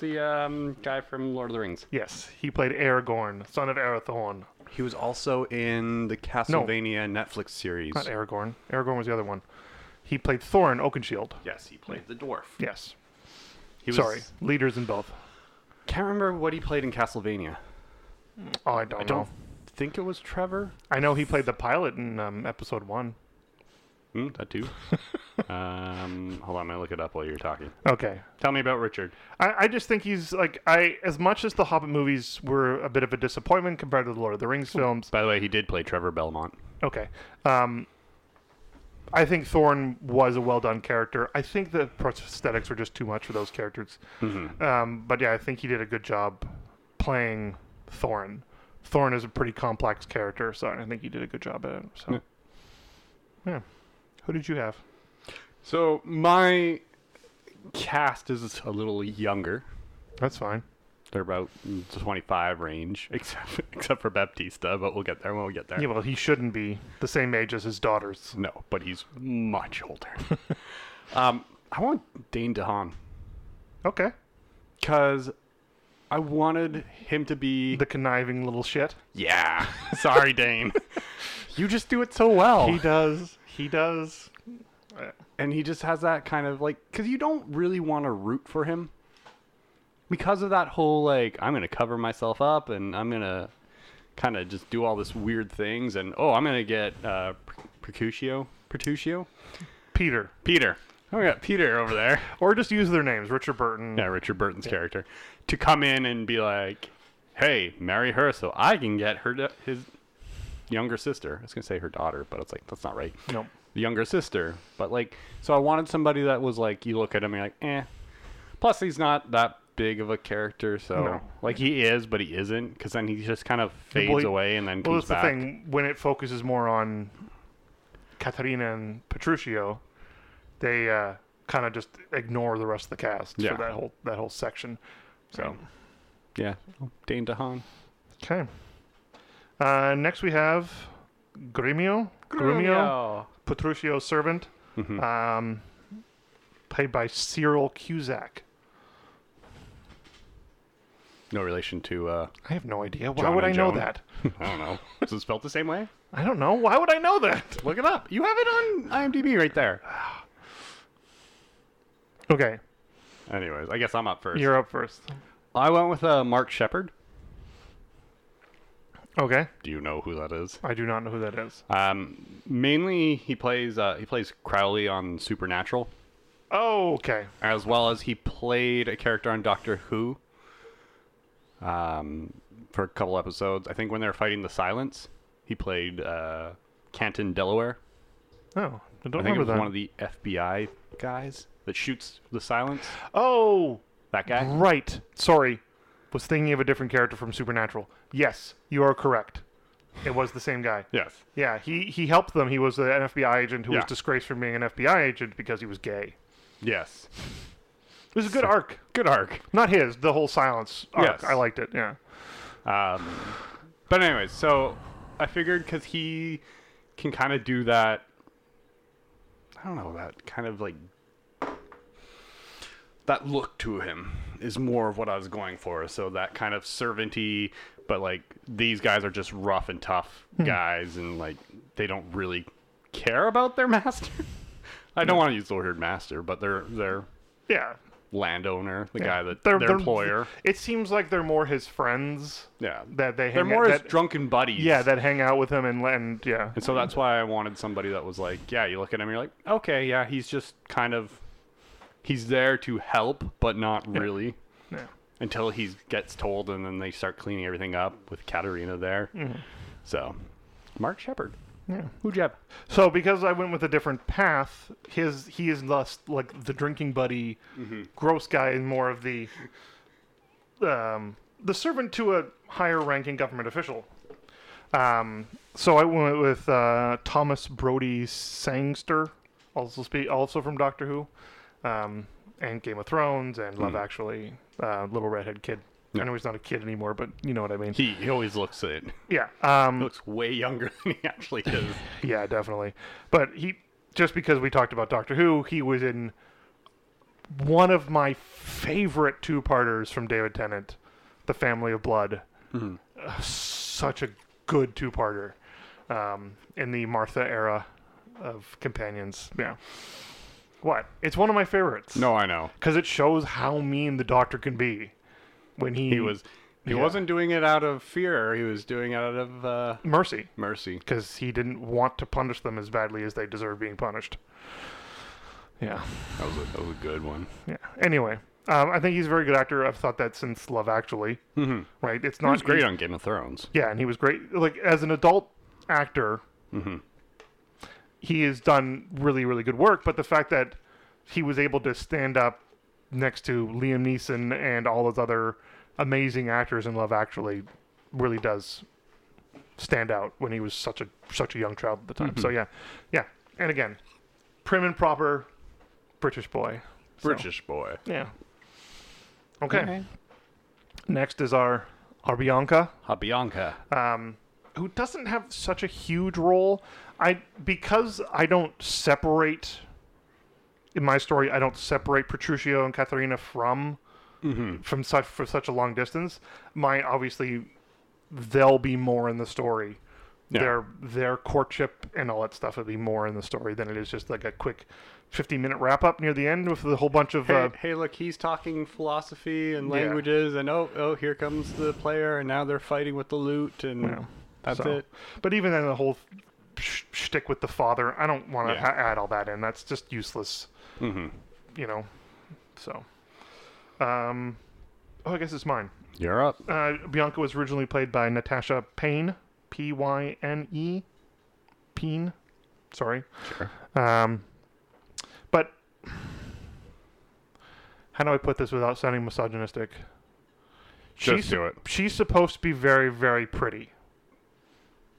Speaker 1: the um, guy from Lord of the Rings.
Speaker 2: Yes, he played Aragorn, son of Arathorn.
Speaker 1: He was also in the Castlevania Netflix series.
Speaker 2: Not Aragorn. Aragorn was the other one. He played Thorin Oakenshield.
Speaker 1: yes, he played the dwarf.
Speaker 2: Yes.
Speaker 1: He was,
Speaker 2: Sorry, leaders in both.
Speaker 1: Can't remember what he played in Castlevania.
Speaker 2: Oh, I don't,
Speaker 1: I don't
Speaker 2: know.
Speaker 1: think it was Trevor.
Speaker 2: I know he played the pilot in um, episode one.
Speaker 1: Hmm, that too. um, hold on, I'm gonna look it up while you're talking.
Speaker 2: Okay.
Speaker 1: Tell me about Richard.
Speaker 2: I, I just think he's like I as much as the Hobbit movies were a bit of a disappointment compared to the Lord of the Rings films.
Speaker 1: By the way, he did play Trevor Belmont.
Speaker 2: Okay. Um, I think Thorn was a well done character. I think the prosthetics were just too much for those characters.
Speaker 1: Mm-hmm.
Speaker 2: Um, but yeah, I think he did a good job playing Thorn. Thorn is a pretty complex character, so I think he did a good job at it. So, yeah. Who did you have?
Speaker 1: So my cast is a little younger.
Speaker 2: That's fine.
Speaker 1: They're about twenty five range, except except for Baptista, but we'll get there when we get there.
Speaker 2: Yeah, well, he shouldn't be the same age as his daughters.
Speaker 1: No, but he's much older. um, I want Dane DeHaan
Speaker 2: Okay.
Speaker 1: because I wanted him to be.
Speaker 2: The conniving little shit.
Speaker 1: yeah, sorry, Dane. you just do it so well.
Speaker 2: He does. He does.
Speaker 1: and he just has that kind of like because you don't really want to root for him because of that whole like i'm gonna cover myself up and i'm gonna kind of just do all this weird things and oh i'm gonna get uh percutio percutio
Speaker 2: Peter.
Speaker 1: peter oh we got peter over there
Speaker 2: Or just use their names. Richard Burton.
Speaker 1: yeah richard burton's character to come in and be like hey marry her so i can get her da- his younger sister i was gonna say her daughter but it's like that's not right
Speaker 2: Nope.
Speaker 1: the younger sister. But like, so I wanted somebody that was like, you look at him, you're like, eh. Plus, he's not that big of a character, so
Speaker 2: No.
Speaker 1: like he is, but he isn't, because then he just kind of fades
Speaker 2: Well, he-
Speaker 1: away and then
Speaker 2: Well,
Speaker 1: comes
Speaker 2: that's
Speaker 1: back.
Speaker 2: the thing. When it focuses more on Katarina and Petruchio, they uh, kind of just ignore the rest of the cast
Speaker 1: Yeah.
Speaker 2: for that whole that whole section. So
Speaker 1: Yeah, Dane DeHaan.
Speaker 2: okay. Uh, next we have Grumio. Grumio. Petruchio's servant,
Speaker 1: Mm-hmm.
Speaker 2: um, played by Cyril Cusack.
Speaker 1: No relation to uh,
Speaker 2: I have no idea. Why
Speaker 1: John
Speaker 2: would I
Speaker 1: and
Speaker 2: know
Speaker 1: Joan.
Speaker 2: that?
Speaker 1: I don't know. Is it spelled the same way?
Speaker 2: I don't know. Why would I know that?
Speaker 1: Look it up. You have it on IMDb right there.
Speaker 2: Okay,
Speaker 1: Anyways, I guess I'm up 1st
Speaker 2: you're up first.
Speaker 1: I went with uh, Mark Shepard.
Speaker 2: Okay,
Speaker 1: Do you know who that is?
Speaker 2: I do not know who that is.
Speaker 1: Um, mainly he plays uh, he plays Crowley on Supernatural.
Speaker 2: Oh, okay.
Speaker 1: as well as he played a character on Doctor Who um, for a couple episodes. I think when they were fighting the Silence, he played uh, Canton, Delaware.
Speaker 2: Oh, I don't
Speaker 1: I think it
Speaker 2: remember
Speaker 1: was
Speaker 2: that.
Speaker 1: one of the FBI guys that shoots the Silence.
Speaker 2: Oh,
Speaker 1: That guy.
Speaker 2: right. Sorry. Was thinking of a different character from Supernatural. Yes, you are correct. It was the same guy.
Speaker 1: Yes.
Speaker 2: Yeah, he, he helped them. He was an FBI agent who was
Speaker 1: Yeah.
Speaker 2: disgraced from being an FBI agent because he was gay.
Speaker 1: Yes.
Speaker 2: It was a good arc.
Speaker 1: Good arc.
Speaker 2: Not his, the whole silence arc.
Speaker 1: Yes.
Speaker 2: I liked it. Yeah.
Speaker 1: Um, but anyways, so I figured because he can kind of do that. I don't know that kind of like that look to him is more of what I was going for. So that kind of servanty, but like these guys are just rough and tough
Speaker 2: Hmm.
Speaker 1: guys, and like they don't really care about their master. I don't want to use the word master, but they're they're
Speaker 2: Yeah.
Speaker 1: landowner, the
Speaker 2: Yeah.
Speaker 1: guy that
Speaker 2: They're-
Speaker 1: their
Speaker 2: they're-
Speaker 1: employer.
Speaker 2: It seems like they're more his friends
Speaker 1: Yeah,
Speaker 2: that they hang
Speaker 1: they're more
Speaker 2: out,
Speaker 1: his
Speaker 2: that,
Speaker 1: drunken buddies.
Speaker 2: yeah that hang out with him and and yeah
Speaker 1: and so that's why I wanted somebody that was like, yeah, you look at him, you're like, okay, yeah, he's just kind of, he's there to help, but not really.
Speaker 2: yeah.
Speaker 1: until he gets told, and then they start cleaning everything up with Katerina there. So, Mark Shepard,
Speaker 2: Mm-hmm. yeah.
Speaker 1: Ujeb.
Speaker 2: So because I went with a different path, his he is less like the drinking buddy,
Speaker 1: Mm-hmm.
Speaker 2: gross guy, and more of the um, the servant to a higher ranking government official. Um, so I went with uh, Thomas Brody Sangster, also spe- also from Doctor Who, um, and Game of Thrones and Love Actually, uh, little redhead kid.
Speaker 1: Hmm. Yeah.
Speaker 2: I know he's not a kid anymore, but you know what I mean.
Speaker 1: He he always looks it
Speaker 2: yeah. Um,
Speaker 1: looks way younger than he actually is.
Speaker 2: Yeah, definitely. But he just because we talked about Doctor Who, he was in one of my favorite two-parters from David Tennant, The Family of Blood. Uh, Such a good two-parter um, in the Martha era of companions. Yeah. What? It's one of my favorites.
Speaker 1: no, I know
Speaker 2: because it shows how mean the Doctor can be when he,
Speaker 1: he was he
Speaker 2: Yeah.
Speaker 1: wasn't doing it out of fear. He was doing it out of uh,
Speaker 2: mercy
Speaker 1: mercy.
Speaker 2: because he didn't want to punish them as badly as they deserve being punished. Yeah.
Speaker 1: That was a, that was a good one.
Speaker 2: Yeah. Anyway, um, I think he's a very good actor. I've thought that since Love Actually. Mm-hmm. Right. It's not
Speaker 1: He was great on Game of Thrones.
Speaker 2: yeah, and he was great. Like as an adult actor,
Speaker 1: Mm-hmm.
Speaker 2: he has done really, really good work. But the fact that he was able to stand up next to Liam Neeson and all those other amazing actors in Love Actually really does stand out when he was such a such a young child at the time.
Speaker 1: Mm-hmm.
Speaker 2: So yeah, yeah. And again, prim and proper British boy. So,
Speaker 1: British boy.
Speaker 2: yeah. Okay. Next is our our Bianca
Speaker 1: Habianka.
Speaker 2: um, who doesn't have such a huge role. I because I don't separate in my story. I don't separate Petruchio and Katharina from from such for such a long distance. My obviously they'll be more in the story.
Speaker 1: Yeah.
Speaker 2: Their their courtship and all that stuff will be more in the story than it is just like a quick fifteen minute wrap up near the end with a whole bunch of
Speaker 1: Hey,
Speaker 2: uh,
Speaker 1: hey, look, he's talking philosophy and
Speaker 2: Yeah.
Speaker 1: languages, and oh, oh, here comes the player, and now they're fighting with the loot, and
Speaker 2: Yeah.
Speaker 1: that's
Speaker 2: So-
Speaker 1: it.
Speaker 2: But even then, the whole sh- shtick with the father, I don't want to
Speaker 1: Yeah.
Speaker 2: ha- add all that in. That's just useless.
Speaker 1: Mm-hmm.
Speaker 2: you know. So, um, oh, I guess it's mine.
Speaker 1: You're up.
Speaker 2: Uh, Bianca was originally played by Natasha Payne, P Y N E, Payne. Sorry.
Speaker 1: Sure.
Speaker 2: Um, but how do I put this without sounding misogynistic?
Speaker 1: Just
Speaker 2: She's-
Speaker 1: do it.
Speaker 2: She's supposed to be very, very pretty.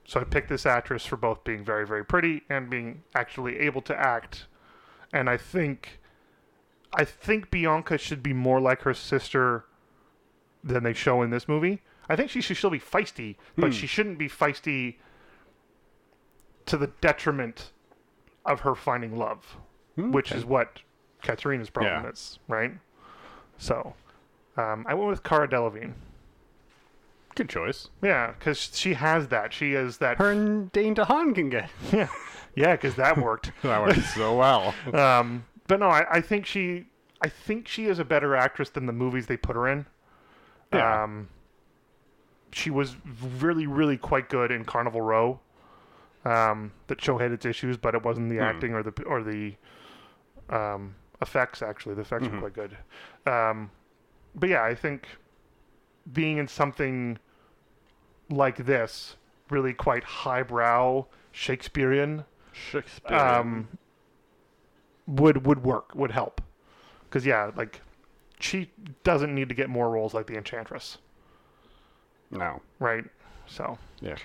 Speaker 2: So I picked this actress for both being very, very pretty and being actually able to act. And I think, I think Bianca should be more like her sister than they show in this movie. I think she should still be feisty,
Speaker 1: Hmm.
Speaker 2: but she shouldn't be feisty to the detriment of her finding love, which is what Katerina's problem
Speaker 1: Hmm, Yeah.
Speaker 2: is, right? So, um, I went with Cara Delevingne.
Speaker 1: Good choice.
Speaker 2: Yeah, because she has that. She is that.
Speaker 1: Her and Dane DeHaan can get.
Speaker 2: Yeah, yeah, because that worked.
Speaker 1: That worked so well.
Speaker 2: um, but no, I, I think she, I think she is a better actress than the movies they put her in.
Speaker 1: Yeah.
Speaker 2: Um, she was really, really quite good in Carnival Row. Um, that show had its issues, but it wasn't the acting or the or the um, effects. Actually, the effects were quite good. Um, but yeah, I think being in something like this, really quite highbrow, Shakespearean,
Speaker 1: Shakespeare.
Speaker 2: um, would would work would help because yeah like she doesn't need to get more roles like the enchantress
Speaker 1: no.
Speaker 2: right so
Speaker 1: Yeah.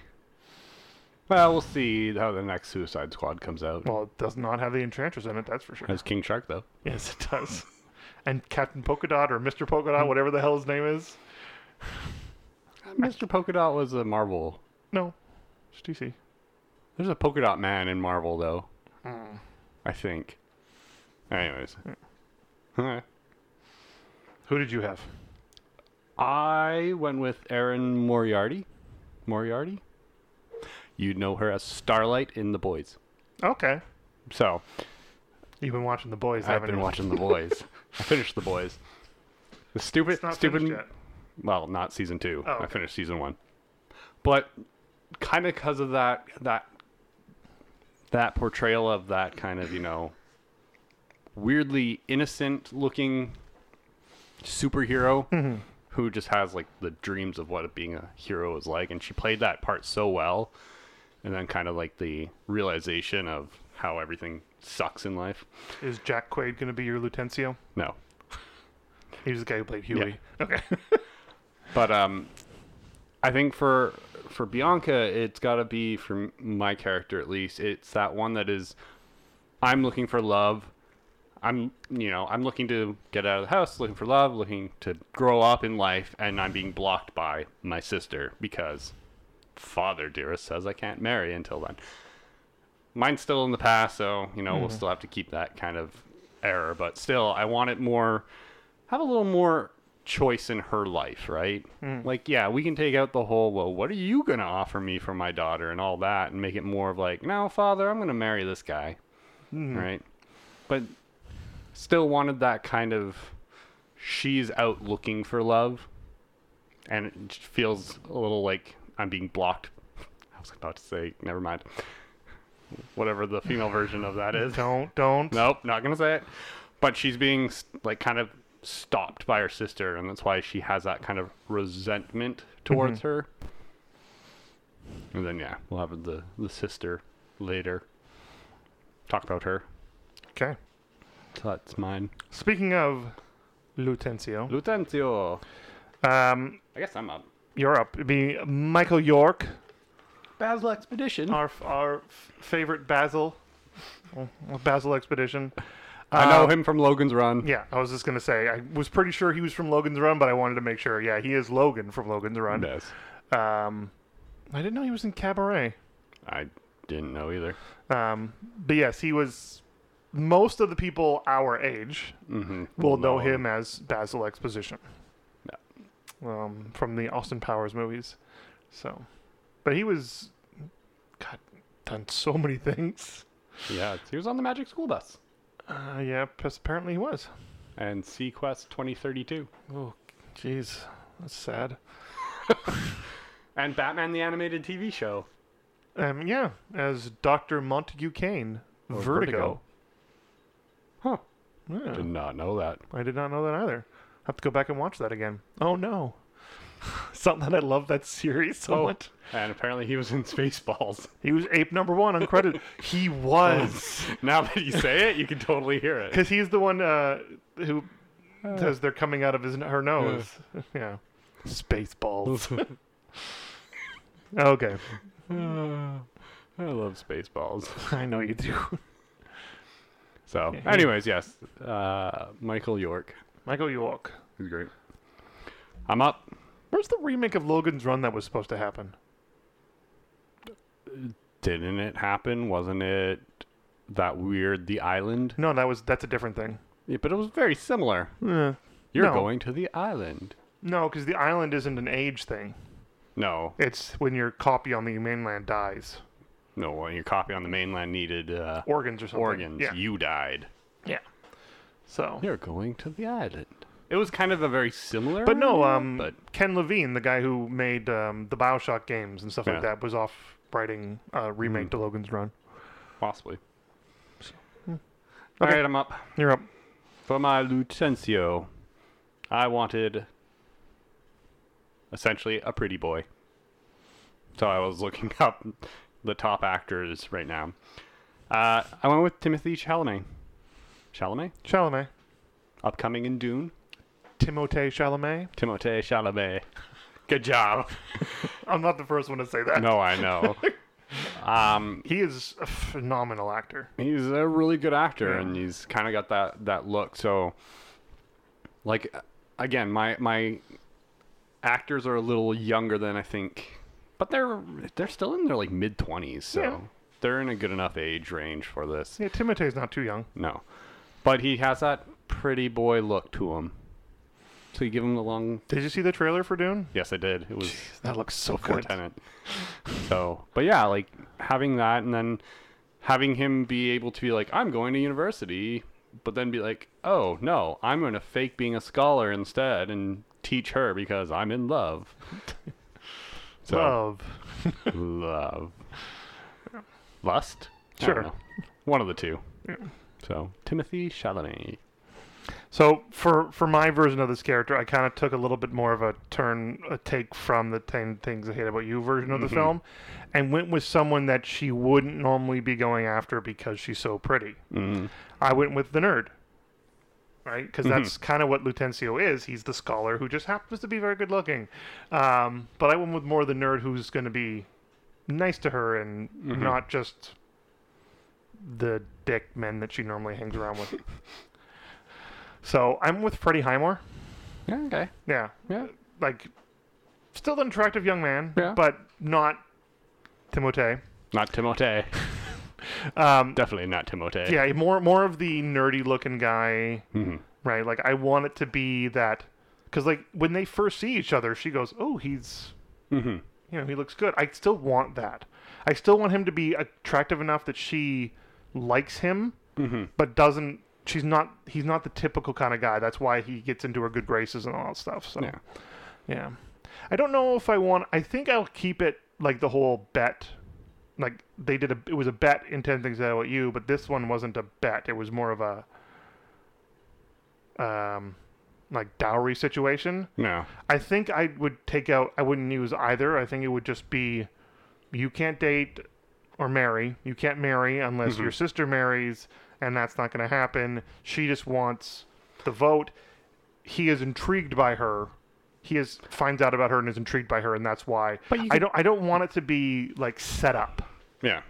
Speaker 1: Well, we'll see how the next Suicide Squad comes out.
Speaker 2: well it does not have the enchantress in it that's for sure
Speaker 1: As King Shark, though.
Speaker 2: yes it does and captain polka dot or mr polka dot whatever the hell his name is
Speaker 1: Mr. Polka Dot was a Marvel.
Speaker 2: no it's dc
Speaker 1: There's a Polka Dot Man in Marvel, though.
Speaker 2: Hmm.
Speaker 1: I think. Anyways. Alright.
Speaker 2: who did you have
Speaker 1: I went with Erin Moriarty. Moriarty? You'd know her as Starlight in The Boys.
Speaker 2: okay
Speaker 1: So,
Speaker 2: you've been watching the boys
Speaker 1: I've
Speaker 2: haven't
Speaker 1: been
Speaker 2: you?
Speaker 1: watching The Boys. I finished the boys. The stupid,
Speaker 2: It's not
Speaker 1: stupid.
Speaker 2: finished yet.
Speaker 1: Well, not season two.
Speaker 2: Oh,
Speaker 1: I
Speaker 2: okay.
Speaker 1: finished season one, but kind of because of that that that portrayal of that kind of you know weirdly innocent looking superhero
Speaker 2: Mm-hmm.
Speaker 1: who just has like the dreams of what being a hero is like, and she played that part so well, and then kind of like the realization of how everything sucks in life.
Speaker 2: Is Jack Quaid going to be your Lutencio?
Speaker 1: No,
Speaker 2: He was the guy who played Huey. Okay.
Speaker 1: But um, I think for for Bianca, it's got to be for m- my character at least. It's that one that is, I'm looking for love. I'm you know I'm looking to get out of the house, looking for love, looking to grow up in life, and I'm being blocked by my sister because father dearest says I can't marry until then. Mine's still in the past, so you know we'll still have to keep that kind of error. But still, I want it more have a little more choice in her life, right? Like, yeah, we can take out the whole, well, what are you going to offer me for my daughter and all that and make it more of like, no, father, I'm going to marry this guy, right? But still wanted that kind of she's out looking for love and it just feels a little like I'm being blocked. I was about to say, never mind. Whatever the female version of that is.
Speaker 2: don't, don't.
Speaker 1: Nope, not gonna say it. But she's being s- like kind of stopped by her sister, and that's why she has that kind of resentment towards
Speaker 2: Mm-hmm.
Speaker 1: her. And then yeah, we'll have the the sister later. Talk about her.
Speaker 2: Okay.
Speaker 1: So that's mine.
Speaker 2: Speaking of Lutencio,
Speaker 1: Lutencio.
Speaker 2: um,
Speaker 1: I guess I'm up.
Speaker 2: you're up. It'd be Michael York,
Speaker 1: Basil Expedition.
Speaker 2: our f- our f- favorite Basil, Well, Basil Expedition.
Speaker 1: I know
Speaker 2: Uh,
Speaker 1: him from Logan's Run.
Speaker 2: Yeah, I was just gonna say. I was pretty sure he was from Logan's Run, but I wanted to make sure. Yeah, he is Logan from Logan's Run.
Speaker 1: Yes.
Speaker 2: Um, I didn't know he was in Cabaret.
Speaker 1: I didn't know either.
Speaker 2: Um, but yes, he was. Most of the people our age
Speaker 1: Mm-hmm.
Speaker 2: will know him as Basil Exposition. Um, from the Austin Powers movies. So, but he was, God, done so many things.
Speaker 1: Yeah, he was on the Magic School Bus
Speaker 2: Uh, yeah, 'cause apparently he was.
Speaker 1: and Sequest 2032
Speaker 2: Oh, jeez, that's sad.
Speaker 1: and Batman the Animated TV Show.
Speaker 2: Um, yeah, as Doctor Montague Kane,
Speaker 1: Or
Speaker 2: Vertigo.
Speaker 1: Huh.
Speaker 2: Yeah,
Speaker 1: Did not know that.
Speaker 2: I did not know that either. Have to go back and watch that again. Oh no, something that I love that series so
Speaker 1: Oh.
Speaker 2: much.
Speaker 1: And apparently he was in Spaceballs.
Speaker 2: He was ape number one on credit. he was.
Speaker 1: now that you say it, you can totally hear it.
Speaker 2: Because he's the one uh, who says they're coming out of his her nose. yeah. Spaceballs. okay.
Speaker 1: I love Spaceballs.
Speaker 2: I know you do.
Speaker 1: So, anyways, yes, uh, Michael York
Speaker 2: Michael York.
Speaker 1: is great. I'm up.
Speaker 2: Where's the remake of Logan's Run that was supposed to happen?
Speaker 1: Didn't it happen? Wasn't it that weird? The island,
Speaker 2: No, that was that's a different thing.
Speaker 1: yeah, but it was very similar. You're
Speaker 2: No.
Speaker 1: going to the island.
Speaker 2: No, because the island isn't an age thing.
Speaker 1: No,
Speaker 2: It's when your copy on the mainland dies,
Speaker 1: no. well, Your copy on the mainland needed uh,
Speaker 2: organs or something.
Speaker 1: organs.
Speaker 2: Yeah.
Speaker 1: You died.
Speaker 2: yeah. So.
Speaker 1: You're going to the island. It was kind of a very similar.
Speaker 2: But no,
Speaker 1: idea,
Speaker 2: um,
Speaker 1: but
Speaker 2: Ken Levine, the guy who made um, the Bioshock games and stuff
Speaker 1: Yeah. Hmm.
Speaker 2: like that, was off writing a remake to Logan's Run.
Speaker 1: possibly. Hmm.
Speaker 2: Okay.
Speaker 1: All right, I'm up.
Speaker 2: You're up.
Speaker 1: For my Lucencio, I wanted essentially a pretty boy. So I was looking up the top actors right now. Uh, I went with Timothy Chalamet. Chalamet?
Speaker 2: Chalamet.
Speaker 1: Upcoming in Dune.
Speaker 2: Timothée Chalamet.
Speaker 1: Timothée Chalamet. Good job.
Speaker 2: I'm not the first one to say that.
Speaker 1: No, I know. um,
Speaker 2: He is a phenomenal actor.
Speaker 1: he's a really good actor
Speaker 2: Yeah.
Speaker 1: and he's kind of got that that look so like again my my actors are a little younger than i think but they're they're still in their like mid 20s so
Speaker 2: Yeah.
Speaker 1: they're in a good enough age range for this
Speaker 2: Yeah, Timothée's not too young.
Speaker 1: no but he has that pretty boy look to him so you give him the long
Speaker 2: Did you see the trailer for Dune?
Speaker 1: yes i did it was
Speaker 2: That looks so
Speaker 1: for
Speaker 2: good.
Speaker 1: tenant. So, but yeah, like having that and then having him be able to be like, I'm going to university but then be like, oh no, I'm going to fake being a scholar instead and teach her because I'm in love. so
Speaker 2: Love.
Speaker 1: love, lust. I don't
Speaker 2: Sure.
Speaker 1: know. one of the two. So Timothy Chalamet.
Speaker 2: So for for my version of this character, I kind of took a little bit more of a turn, a take from the ten things I hate about you version of the film, and went with someone that she wouldn't normally be going after because she's so pretty.
Speaker 1: Mm.
Speaker 2: I went with the nerd, right? Because
Speaker 1: Mm-hmm.
Speaker 2: that's kind of what Lutencio is. He's the scholar who just happens to be very good looking. Um, but I went with more the nerd who's going to be nice to her and
Speaker 1: Mm-hmm.
Speaker 2: not just the dick men that she normally hangs around with. so I'm with Freddie Highmore.
Speaker 1: Yeah, okay.
Speaker 2: Yeah,
Speaker 1: Yeah.
Speaker 2: like still an attractive young man,
Speaker 1: Yeah.
Speaker 2: but not Timotei.
Speaker 1: Not Timote.
Speaker 2: Um,
Speaker 1: Definitely not Timote.
Speaker 2: yeah, more more of the nerdy looking guy.
Speaker 1: Mhm.
Speaker 2: right? Like I want it to be that because like when they first see each other, she goes, "Oh, he's
Speaker 1: Mhm.
Speaker 2: you know he looks good." I still want that. I still want him to be attractive enough that she likes him,
Speaker 1: Mhm.
Speaker 2: but doesn't. She's not. He's not the typical kind of guy. That's why he gets into her good graces and all that stuff. So
Speaker 1: Yeah.
Speaker 2: yeah. I don't know if I want. I think I'll keep it like the whole bet. Like they did a. It was a bet in Ten Things I Hate About You, but this one wasn't a bet. It was more of a. Um, like dowry situation.
Speaker 1: No.
Speaker 2: I think I would take out. I wouldn't use either. I think it would just be, you can't date or marry. You can't marry unless
Speaker 1: Mm-hmm.
Speaker 2: your sister marries, and that's not going to happen. She just wants the vote. He is intrigued by her. He is finds out about her and is intrigued by her, and that's why.
Speaker 1: But you
Speaker 2: I
Speaker 1: could-
Speaker 2: don't. I don't want it to be like set up,
Speaker 1: Yeah.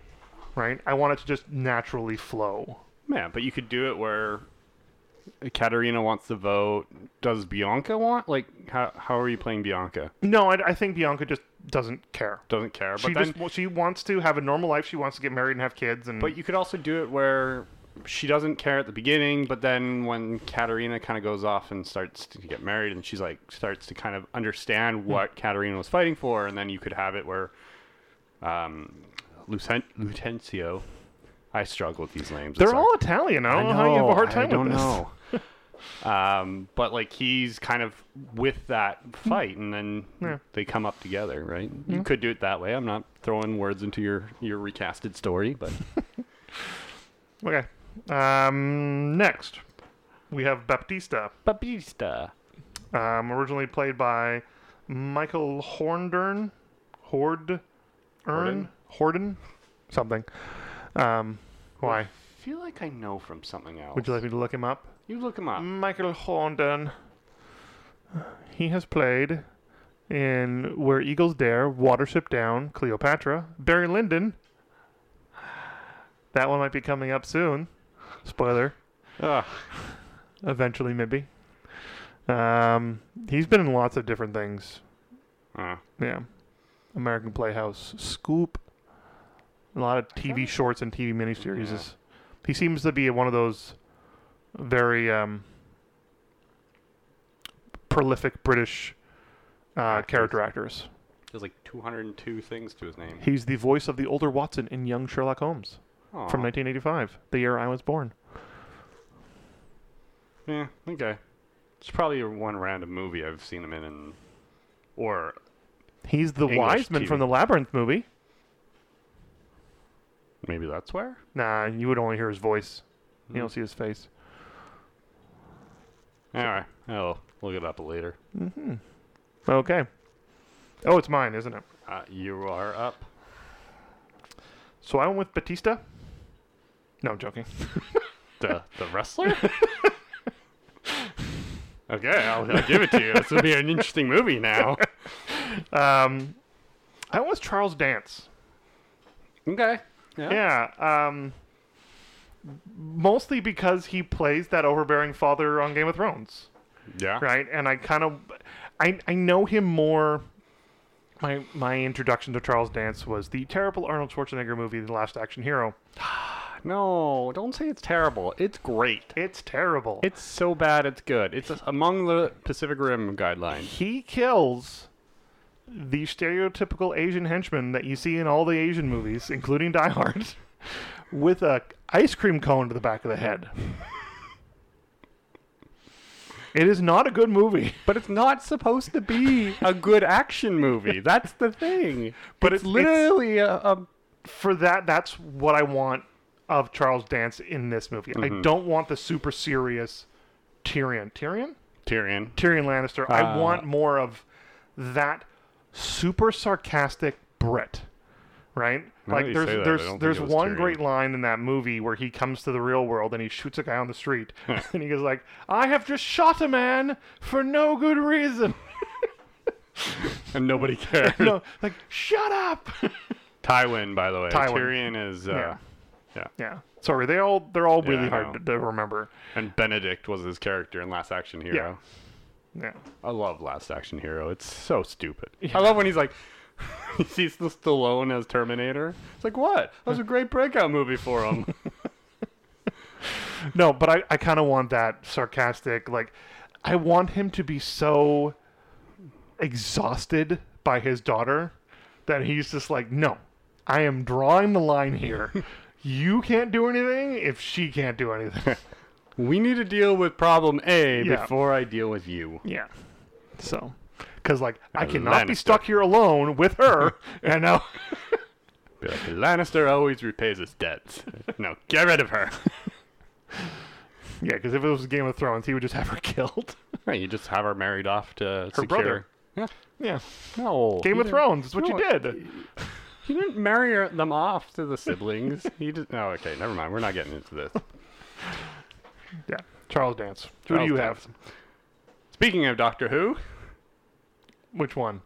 Speaker 2: right? I want it to just naturally flow.
Speaker 1: Yeah, but you could do it where Katerina wants to vote. Does Bianca want? Like, how, how are you playing Bianca?
Speaker 2: No, I, I think Bianca just doesn't care.
Speaker 1: Doesn't care.
Speaker 2: She
Speaker 1: But then,
Speaker 2: just wa- she wants to have a normal life. She wants to get married and have kids. And
Speaker 1: but you could also do it where she doesn't care at the beginning, but then when Katerina kind of goes off and starts to get married, and she's like starts to kind of
Speaker 2: Hmm.
Speaker 1: understand what Katerina was fighting for, and then you could have it where, um, Lucen- Lutencio. I struggle with these names.
Speaker 2: They're
Speaker 1: It's
Speaker 2: all Italian. I don't know, how you have a hard time
Speaker 1: I don't
Speaker 2: with this.
Speaker 1: know. um, but like he's kind of with that fight, and then
Speaker 2: Hmm. Yeah. Hmm.
Speaker 1: they come up together, right? You could do it that way. I'm not throwing words into your your recasted story, but
Speaker 2: Okay. Um, next, we have Baptista,
Speaker 1: Babista.
Speaker 2: um, originally played by Michael Horndern, Hord, Ern, Horden, something. Um, why?
Speaker 1: I feel like I know from something else.
Speaker 2: Would you like me to look him up?
Speaker 1: you look him up?
Speaker 2: Michael Horndon. He has played in Where Eagles Dare, Watership Down, Cleopatra, Barry Lyndon. That one might be coming up soon. Spoiler.
Speaker 1: Ugh.
Speaker 2: Eventually, maybe. Um, he's been in lots of different things.
Speaker 1: Uh,
Speaker 2: Yeah. American Playhouse, Scoop, a lot of TV shorts and TV miniseries.
Speaker 1: Yeah.
Speaker 2: He seems to be one of those very um, prolific British uh,
Speaker 1: Actors.
Speaker 2: character actors.
Speaker 1: there's like 202 things to his name.
Speaker 2: He's the voice of the older Watson in Young Sherlock Holmes
Speaker 1: Aw.
Speaker 2: from 1985, the year I was born.
Speaker 1: Yeah, okay. It's probably one random movie I've seen him in, and or
Speaker 2: He's the
Speaker 1: English
Speaker 2: wise man
Speaker 1: TV.
Speaker 2: from the Labyrinth movie.
Speaker 1: maybe that's where.
Speaker 2: Nah, you would only hear his voice.
Speaker 1: Hmm.
Speaker 2: You don't see his face.
Speaker 1: All right, I'll look it up later.
Speaker 2: Mm-hmm. Okay. Oh, it's mine, isn't it?
Speaker 1: Uh, you are up.
Speaker 2: So I went with Batista. No, I'm joking.
Speaker 1: The, the wrestler? okay, I'll, I'll give it to you. This will be an interesting movie now.
Speaker 2: Um, I went with Charles Dance.
Speaker 1: Okay. Yeah.
Speaker 2: Yeah. Um, mostly because he plays that overbearing father on Game of Thrones,
Speaker 1: Yeah.
Speaker 2: right? And I kind of, I I know him more. My my introduction to Charles Dance was the terrible Arnold Schwarzenegger movie, The Last Action Hero.
Speaker 1: No, don't say it's terrible. It's great.
Speaker 2: It's terrible.
Speaker 1: It's so bad it's good. It's among the Pacific Rim guidelines.
Speaker 2: he kills the stereotypical Asian henchman that you see in all the Asian movies, including Die Hard, with a ice cream cone to the back of the head. It is not a good movie,
Speaker 1: But it's not supposed to be a good action movie. That's the thing.
Speaker 2: but
Speaker 1: It's literally a, a
Speaker 2: for that. That's what I want of Charles Dance in this movie. I don't want the super serious Tyrion. Tyrion.
Speaker 1: Tyrion.
Speaker 2: Tyrion Lannister. I
Speaker 1: Uh,
Speaker 2: want more of that super sarcastic Brit. Right?
Speaker 1: Now that
Speaker 2: Like
Speaker 1: you
Speaker 2: there's
Speaker 1: say that, I don't
Speaker 2: there's
Speaker 1: think
Speaker 2: there's
Speaker 1: it was
Speaker 2: one
Speaker 1: Tyrion.
Speaker 2: great line in that movie where he comes to the real world and he shoots a guy on the street and he goes like, "I have just shot a man for no good reason."
Speaker 1: And nobody cares.
Speaker 2: no, like, "Shut up."
Speaker 1: Tywin, by the way.
Speaker 2: Tywin.
Speaker 1: Tyrion is. Uh,
Speaker 2: Yeah. yeah. Sorry, they all they're all really
Speaker 1: I
Speaker 2: hard
Speaker 1: know.
Speaker 2: to, to remember.
Speaker 1: And Benedict was his character in Last Action Hero.
Speaker 2: Yeah.
Speaker 1: I love Last Action Hero. It's so stupid. I love when he's like, he sees the Stallone as Terminator. It's like, what? That was a great breakout movie for him.
Speaker 2: No, but I, I kind of want that sarcastic. Like, I want him to be so exhausted by his daughter that he's just like, no, I am drawing the line here. you can't do anything if she can't do anything.
Speaker 1: we need to deal with problem A
Speaker 2: Yeah.
Speaker 1: before I deal with you.
Speaker 2: yeah. So, because, like, I cannot be
Speaker 1: Lannister.
Speaker 2: stuck here alone with her. and now,
Speaker 1: Be like, Lannister always repays his debts. no, get rid of her.
Speaker 2: yeah, because if it was Game of Thrones, he would just have her killed.
Speaker 1: Right, you just have her married off to her secure.
Speaker 2: brother.
Speaker 1: Yeah.
Speaker 2: yeah.
Speaker 1: No.
Speaker 2: Game
Speaker 1: he
Speaker 2: of
Speaker 1: didn't-
Speaker 2: Thrones is what
Speaker 1: no,
Speaker 2: you did.
Speaker 1: He didn't marry her- them off to the siblings. he just. Oh, okay. Never mind. We're not getting into this.
Speaker 2: Yeah. Charles Dance. Who
Speaker 1: Charles
Speaker 2: do you
Speaker 1: Dance.
Speaker 2: have?
Speaker 1: Speaking of Doctor Who,
Speaker 2: Which one?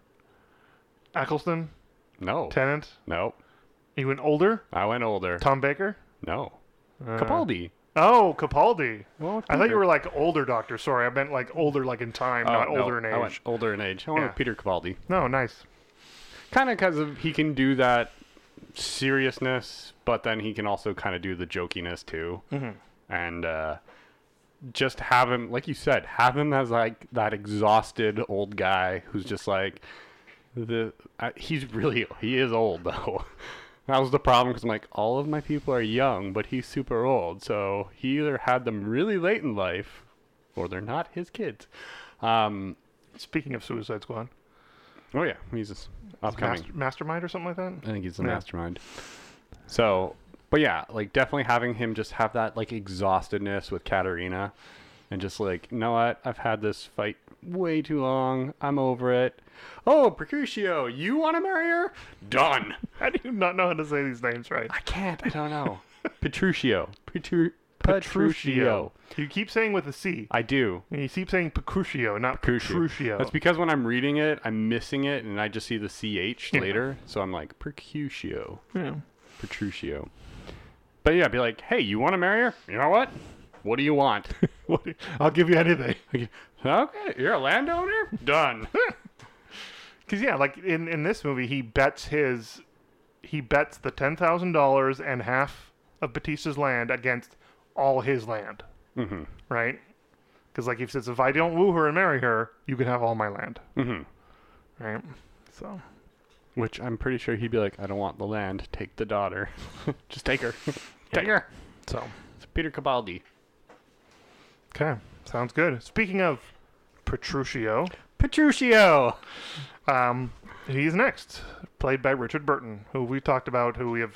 Speaker 2: Eccleston?
Speaker 1: no.
Speaker 2: Tennant?
Speaker 1: No.
Speaker 2: You went older?
Speaker 1: I went older.
Speaker 2: Tom Baker?
Speaker 1: No.
Speaker 2: Uh,
Speaker 1: Capaldi.
Speaker 2: Oh, Capaldi.
Speaker 1: Well,
Speaker 2: I thought you were like older Oh, doctor. Sorry, I meant like older like in time, not older in
Speaker 1: Oh, I
Speaker 2: age.
Speaker 1: went older in age. I went
Speaker 2: Yeah.
Speaker 1: with Peter Capaldi.
Speaker 2: No, nice.
Speaker 1: Kind of because of he can do that seriousness, but then he can also kind of do the jokiness too. And uh, just have him, like you said, have him as like that exhausted old guy who's just like the. I he's really he is old though. That was the problem because I'm like, all of my people are young, but he's super old. So he either had them really late in life, or they're not his kids. Um,
Speaker 2: Speaking of Suicide Squad,
Speaker 1: oh yeah, he's just upcoming.
Speaker 2: Master, Mastermind or something like that.
Speaker 1: I think he's the
Speaker 2: Yeah.
Speaker 1: mastermind. So, but yeah, like definitely having him just have that like exhaustedness with Katarina and just like, you know what? I've had this fight way too long. I'm over it. Oh, Mercutio, you want to marry her? Done.
Speaker 2: I do not know how to say these names right.
Speaker 1: I can't. I don't know. Petruchio. Petru-
Speaker 2: Petruchio.
Speaker 1: Petruchio.
Speaker 2: You keep saying with a C.
Speaker 1: I do.
Speaker 2: And you keep saying Petruchio, not
Speaker 1: Petruchio.
Speaker 2: Petruchio.
Speaker 1: That's because when I'm reading it, I'm missing it and I just see the CH later. So I'm like, Percutio.
Speaker 2: yeah.
Speaker 1: Petruchio. But yeah, be like, hey, you want to marry her? You know what? What do you want?
Speaker 2: What do- I'll give you anything.
Speaker 1: okay, you're a landowner? Done.
Speaker 2: Because yeah, like in in this movie, he bets his he bets the ten thousand dollars and half of Batista's land against all his land. Mm-hmm. Right? Because like he says, if I don't woo her and marry her, you can have all my land. Mm-hmm. Right? So
Speaker 1: Which I'm pretty sure he'd be like, I don't want the land. Take the daughter. Just take her. take her.
Speaker 2: so
Speaker 1: It's Peter Cabaldi.
Speaker 2: okay, sounds good. Speaking of Petruchio,
Speaker 1: Petruchio!
Speaker 2: um, he's next, played by Richard Burton, who we talked about, who we have.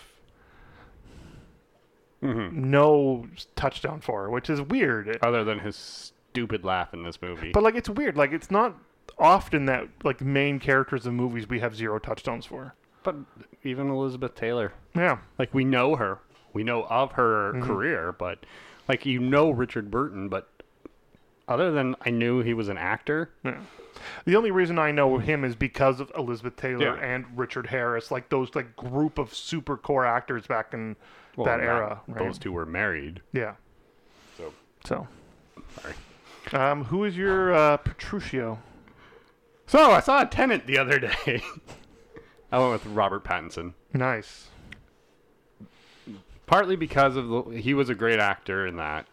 Speaker 2: No touchdown for, which is weird.
Speaker 1: Other than his stupid laugh in this movie.
Speaker 2: But like it's weird. Like it's not often that like main characters of movies we have zero touchstones for.
Speaker 1: but even Elizabeth Taylor.
Speaker 2: Yeah.
Speaker 1: Like, we know her. We know of her
Speaker 2: Mm-hmm.
Speaker 1: career, but like, you know Richard Burton, but other than I knew he was an actor,
Speaker 2: Yeah. The only reason I know him is because of Elizabeth Taylor
Speaker 1: Yeah.
Speaker 2: and Richard Harris, like those like group of super core actors back in that
Speaker 1: not-
Speaker 2: era. right?
Speaker 1: Those two were married.
Speaker 2: Yeah.
Speaker 1: So
Speaker 2: So. Sorry. Um, who is your uh, Petruchio?
Speaker 1: So I saw a tenant the other day. I went with Robert Pattinson.
Speaker 2: Nice.
Speaker 1: Partly because of the, he was a great actor in that.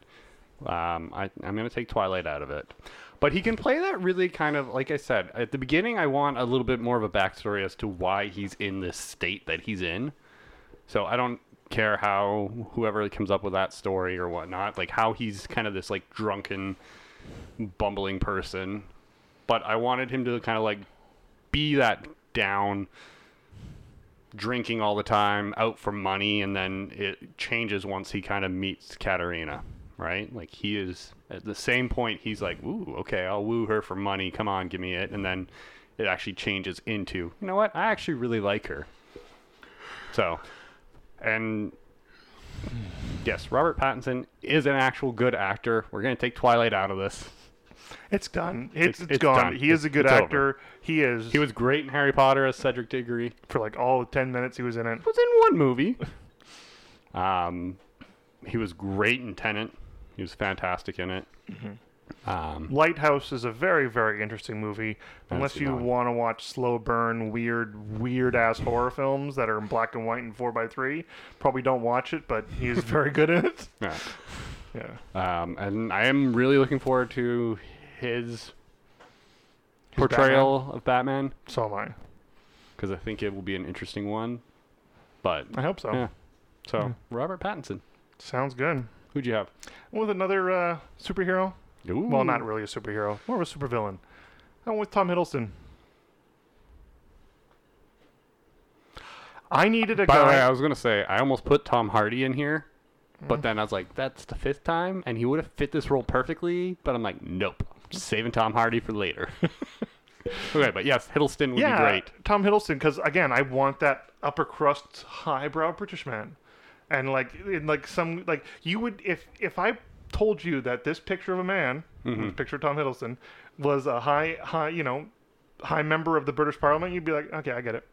Speaker 1: Um, I, I'm going to take Twilight out of it. But he can play that really kind of, like I said, at the beginning, I want a little bit more of a backstory as to why he's in this state that he's in. So I don't care how whoever comes up with that story or whatnot, like how he's kind of this like drunken bumbling person, but I wanted him to kind of like be that down, drinking all the time, out for money, and then it changes once he kind of meets Katerina, right? Like he is at the same point. He's like, "Ooh, okay, I'll woo her for money. Come on, give me it," and then it actually changes into, you know what? I actually really like her. So, and yes, Robert Pattinson is an actual good actor. We're gonna take Twilight out of this.
Speaker 2: It's done.
Speaker 1: It's-
Speaker 2: It's, it's
Speaker 1: it's
Speaker 2: gone.
Speaker 1: done.
Speaker 2: He is a
Speaker 1: It's-
Speaker 2: good
Speaker 1: it's over.
Speaker 2: actor. He is.
Speaker 1: He was great in Harry Potter as Cedric Diggory.
Speaker 2: for like all ten minutes he was in it.
Speaker 1: was in one movie. Um, he was great in Tenant. He was fantastic in it.
Speaker 2: Mm-hmm.
Speaker 1: Um,
Speaker 2: Lighthouse is a very very interesting movie. Unless
Speaker 1: seen
Speaker 2: you
Speaker 1: that one.
Speaker 2: want to watch slow burn, weird weird ass horror films that are in black and white and four by three, probably don't watch it. But he is very good in it.
Speaker 1: yeah.
Speaker 2: Yeah.
Speaker 1: Um, and I am really looking forward to his
Speaker 2: His
Speaker 1: portrayal of Batman
Speaker 2: So am I.
Speaker 1: because I think it will be an interesting one. But
Speaker 2: I hope so. Mm.
Speaker 1: yeah, so Robert Pattinson,
Speaker 2: Sounds good.
Speaker 1: who'd you have?
Speaker 2: With another uh, superhero.
Speaker 1: Ooh.
Speaker 2: Well, not really a superhero, more of a supervillain. I went with Tom Hiddleston. I needed a
Speaker 1: By the way,
Speaker 2: guy.
Speaker 1: I was gonna say I almost put Tom Hardy in here,
Speaker 2: Mm.
Speaker 1: but then I was like, that's the fifth time, and he would have fit this role perfectly. But I'm like, nope, saving Tom Hardy for later. okay, but yes, Hiddleston would
Speaker 2: yeah,
Speaker 1: be great.
Speaker 2: Tom Hiddleston, because again, I want that upper crust, highbrow British man, and like, in like some like you would if if I told you that this picture of a man,
Speaker 1: Mm-hmm.
Speaker 2: this picture of Tom Hiddleston, was a high high you know high member of the British Parliament, you'd be like, okay, I get it.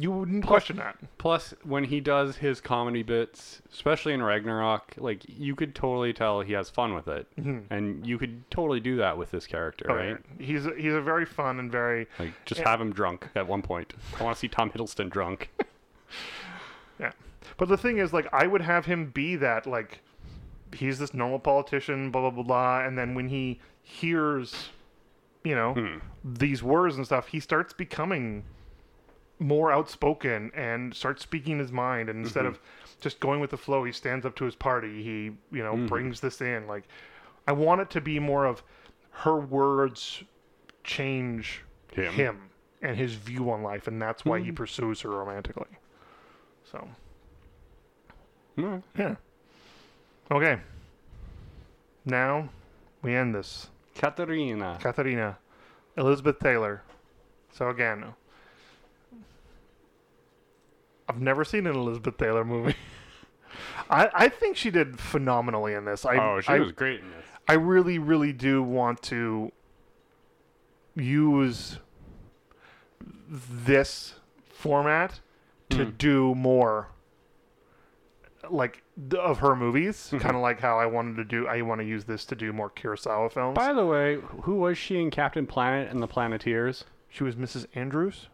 Speaker 2: You wouldn't question that.
Speaker 1: Plus, when he does his comedy bits, especially in Ragnarok, like you could totally tell he has fun with it,
Speaker 2: Mm-hmm.
Speaker 1: and you could totally do that with this character,
Speaker 2: Oh,
Speaker 1: right?
Speaker 2: He's a, he's a very fun and very
Speaker 1: Like just have him drunk at one point. I want to see Tom Hiddleston drunk.
Speaker 2: Yeah. But the thing is, like, I would have him be that, like, he's this normal politician, blah, blah, blah, blah. And then when he hears, you know,
Speaker 1: Hmm.
Speaker 2: these words and stuff, he starts becoming more outspoken and starts speaking his mind. And instead of just going with the flow, he stands up to his party. He, you know, brings this in. Like, I want it to be more of her words change
Speaker 1: Him.
Speaker 2: him and his view on life. And that's why he pursues her romantically. So.
Speaker 1: Alright.
Speaker 2: Yeah. Okay. Now we end this.
Speaker 1: Katerina.
Speaker 2: Katharina, Elizabeth Taylor. So again, I've never seen an Elizabeth Taylor movie. I, I think she did phenomenally in this. I,
Speaker 1: Oh, she
Speaker 2: I,
Speaker 1: was great in this.
Speaker 2: I really, really do want to use this format to
Speaker 1: Hmm.
Speaker 2: do more like th- of her movies
Speaker 1: Mm-hmm.
Speaker 2: kind of like how i wanted to do i want to use this to do more kurosawa films
Speaker 1: By the way, who was she in Captain Planet and the Planeteers?
Speaker 2: she was mrs andrews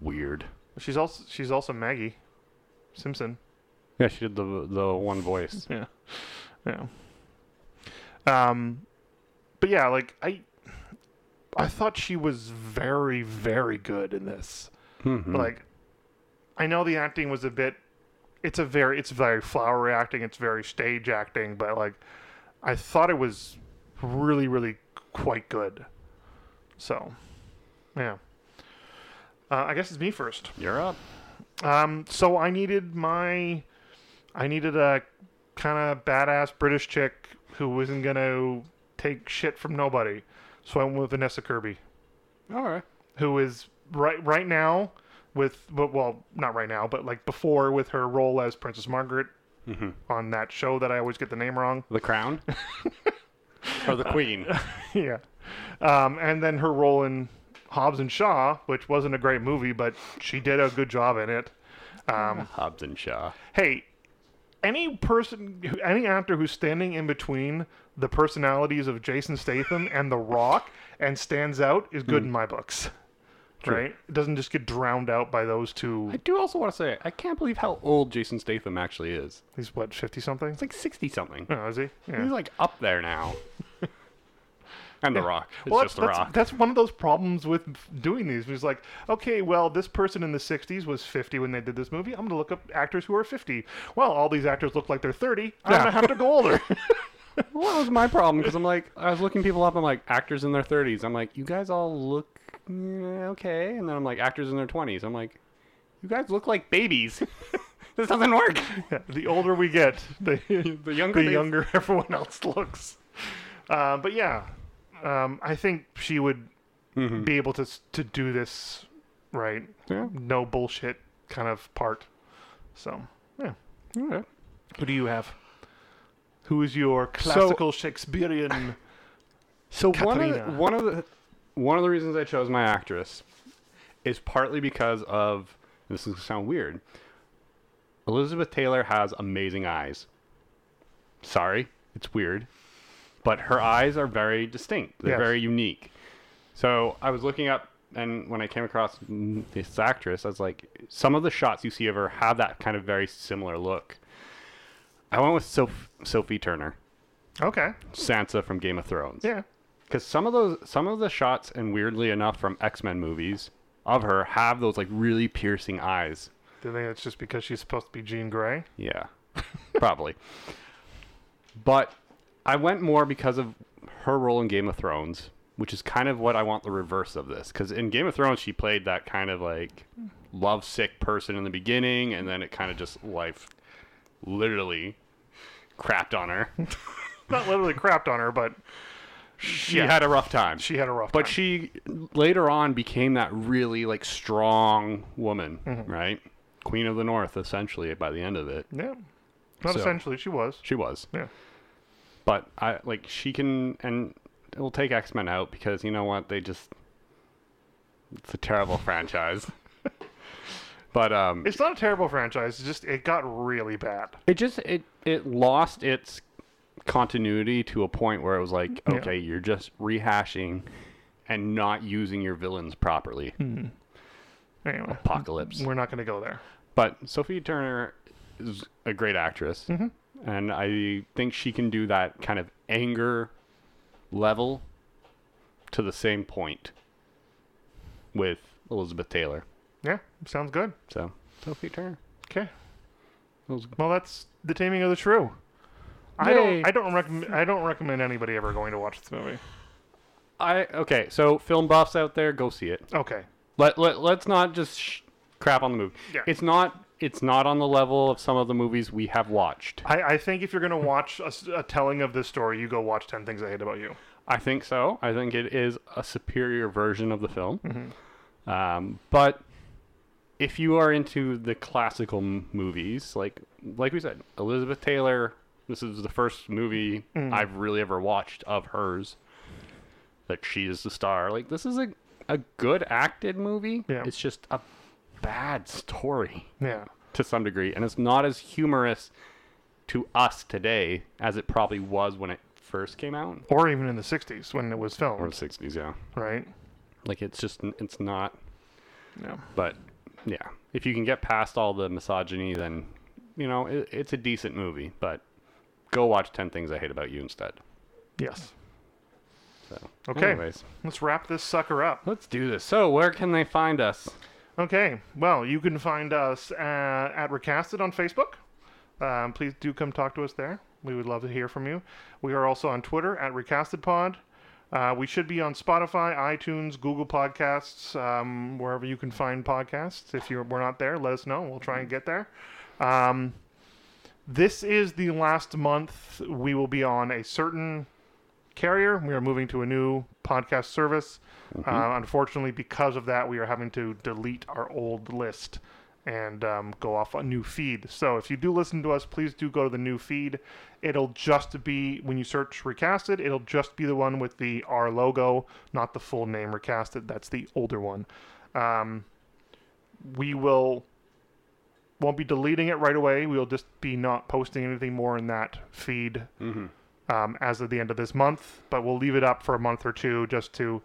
Speaker 1: Weird.
Speaker 2: she's also she's also maggie simpson
Speaker 1: Yeah, she did the the one voice.
Speaker 2: yeah yeah um but yeah like i i thought she was very very good in this
Speaker 1: Mm-hmm. Mm.
Speaker 2: like i know the acting was a bit it's a very it's very flowery acting it's very stage acting but like i thought it was really really quite good so yeah uh, i guess it's me first
Speaker 1: You're up.
Speaker 2: um, so I needed my, I needed a kind of badass British chick who wasn't gonna take shit from nobody. So I went with Vanessa Kirby,
Speaker 1: All right.
Speaker 2: who is right right now with but well not right now but like before with her role as Princess Margaret on that show that I always get the name wrong.
Speaker 1: The Crown. or the Queen.
Speaker 2: yeah, um, and then her role in Hobbs and Shaw, which wasn't a great movie, but she did a good job in it.
Speaker 1: Um, Hobbs and Shaw.
Speaker 2: hey, any person, who- any actor who's standing in between the personalities of Jason Statham and The Rock and stands out is
Speaker 1: Hmm.
Speaker 2: good in my books. Right? It doesn't just get drowned out by those
Speaker 1: I
Speaker 2: two.
Speaker 1: do also want to say I can't believe how old Jason Statham actually is.
Speaker 2: He's what, 50 something?
Speaker 1: It's like sixty something.
Speaker 2: Oh, is he? Yeah.
Speaker 1: He's like up there now. and The Rock. It's
Speaker 2: well, that's,
Speaker 1: just The
Speaker 2: that's-
Speaker 1: Rock.
Speaker 2: that's one of those problems with doing these. It's like, okay, well, this person in the 60s was 50 when they did this movie. I'm going to look up actors who are 50. Well, all these actors look like they're 30. I'm going to have to go older.
Speaker 1: what was my problem? Because I'm like, I was looking people up. I'm like, actors in their 30s. I'm like, you guys all look mm, okay. And then I'm like, actors in their 20s. I'm like, you guys look like babies. this doesn't work.
Speaker 2: Yeah, the older we get, the,
Speaker 1: The younger,
Speaker 2: the
Speaker 1: they-
Speaker 2: younger everyone else looks. Uh, but yeah, um, I think she would
Speaker 1: Mhm.
Speaker 2: be able to s- to do this right.
Speaker 1: Yeah.
Speaker 2: No bullshit kind of part. So yeah,
Speaker 1: Okay.
Speaker 2: who do you have? Who is your classical Shakespearean?
Speaker 1: So one of, the,
Speaker 2: Katarina.
Speaker 1: one of the one of the reasons I chose my actress is partly because of this is gonna sound weird. Elizabeth Taylor has amazing eyes. Sorry, it's weird, but her eyes are very distinct. They're
Speaker 2: Yes.
Speaker 1: very unique. So I was looking up, and when I came across mm, this actress, I was like, some of the shots you see of her have that kind of very similar look. I went with Soph- Sophie Turner,
Speaker 2: Okay,
Speaker 1: Sansa from Game of Thrones
Speaker 2: yeah,
Speaker 1: because some of those some of the shots and weirdly enough from x-men movies of her have those like really piercing eyes
Speaker 2: Do you think it's just because she's supposed to be Jean Grey?
Speaker 1: yeah probably but i went more because of her role in game of thrones which is kind of what i want the reverse of this because in game of thrones she played that kind of like lovesick person in the beginning and then it kind of just life literally crapped on her
Speaker 2: Not literally crapped on her, but
Speaker 1: she
Speaker 2: Yeah.
Speaker 1: had a rough time
Speaker 2: she had a rough.
Speaker 1: But
Speaker 2: time.
Speaker 1: she later on became that really like strong woman, right? Queen of the North, essentially. By the end of it,
Speaker 2: yeah, not
Speaker 1: So.
Speaker 2: essentially she was.
Speaker 1: she was.
Speaker 2: Yeah.
Speaker 1: But I like she can, and we'll take X Men out because you know what? They just it's a terrible franchise. But um,
Speaker 2: It's not a terrible franchise. It's just it got really bad.
Speaker 1: it just it it lost its continuity to a point where it was like
Speaker 2: Yeah.
Speaker 1: okay you're just rehashing and not using your villains properly
Speaker 2: Anyway,
Speaker 1: apocalypse
Speaker 2: we're not going to go there.
Speaker 1: But Sophie Turner is a great actress, and I think she can do that kind of anger level to the same point with Elizabeth Taylor.
Speaker 2: Yeah, sounds good.
Speaker 1: So Sophie Turner.
Speaker 2: Okay.
Speaker 1: Those-
Speaker 2: Well, that's the Taming of the Shrew. I don't.
Speaker 1: Yay.
Speaker 2: I don't recommend. I don't recommend anybody ever going to watch this movie.
Speaker 1: I okay. So film buffs out there, go see it.
Speaker 2: Okay.
Speaker 1: Let let let's not just sh- crap on the movie.
Speaker 2: Yeah.
Speaker 1: It's not it's not on the level of some of the movies we have watched.
Speaker 2: I, I think if you're going to watch a, s- a telling of this story, you go watch Ten Things I Hate About You.
Speaker 1: I think so. I think it is a superior version of the film. Um, but if you are into the classical m- movies, like like we said, Elizabeth Taylor, this is the first movie I've really ever watched of hers that she is the star. Like this is a a good acted movie.
Speaker 2: Yeah.
Speaker 1: It's just a bad story
Speaker 2: Yeah.
Speaker 1: to some degree, and it's not as humorous to us today as it probably was when it first came out
Speaker 2: Or even in the '60s when it was
Speaker 1: or
Speaker 2: filmed,
Speaker 1: the 60s, yeah.
Speaker 2: right?
Speaker 1: Like it's just it's not,
Speaker 2: Yeah.
Speaker 1: but yeah. If you can get past all the misogyny, then you know it, it's a decent movie. But go watch Ten Things I Hate About You instead.
Speaker 2: Yes.
Speaker 1: So
Speaker 2: Okay.
Speaker 1: anyways,
Speaker 2: Let's wrap this sucker up.
Speaker 1: let's do this. So where can they find us?
Speaker 2: Okay. Well, you can find us uh, at Recasted on Facebook. Um, please do come talk to us there. We would love to hear from you. We are also on Twitter at RecastedPod. Uh, we should be on Spotify, iTunes, Google Podcasts, um, wherever you can find podcasts. If you're, we're not there, let us know. We'll try and get there. Um, this is the last month we will be on a certain carrier. We are moving to a new podcast service. Uh, unfortunately, because of that, we are having to delete our old list and um, go off a new feed. So if you do listen to us, please do go to the new feed. It'll just be, when you search Recasted, it'll just be the one with the R logo, not the full name Recasted. That's the older one. Um, we will won't be deleting it right away. We'll just be not posting anything more in that feed
Speaker 1: Mm-hmm.
Speaker 2: um, as of the end of this month, but we'll leave it up for a month or two just to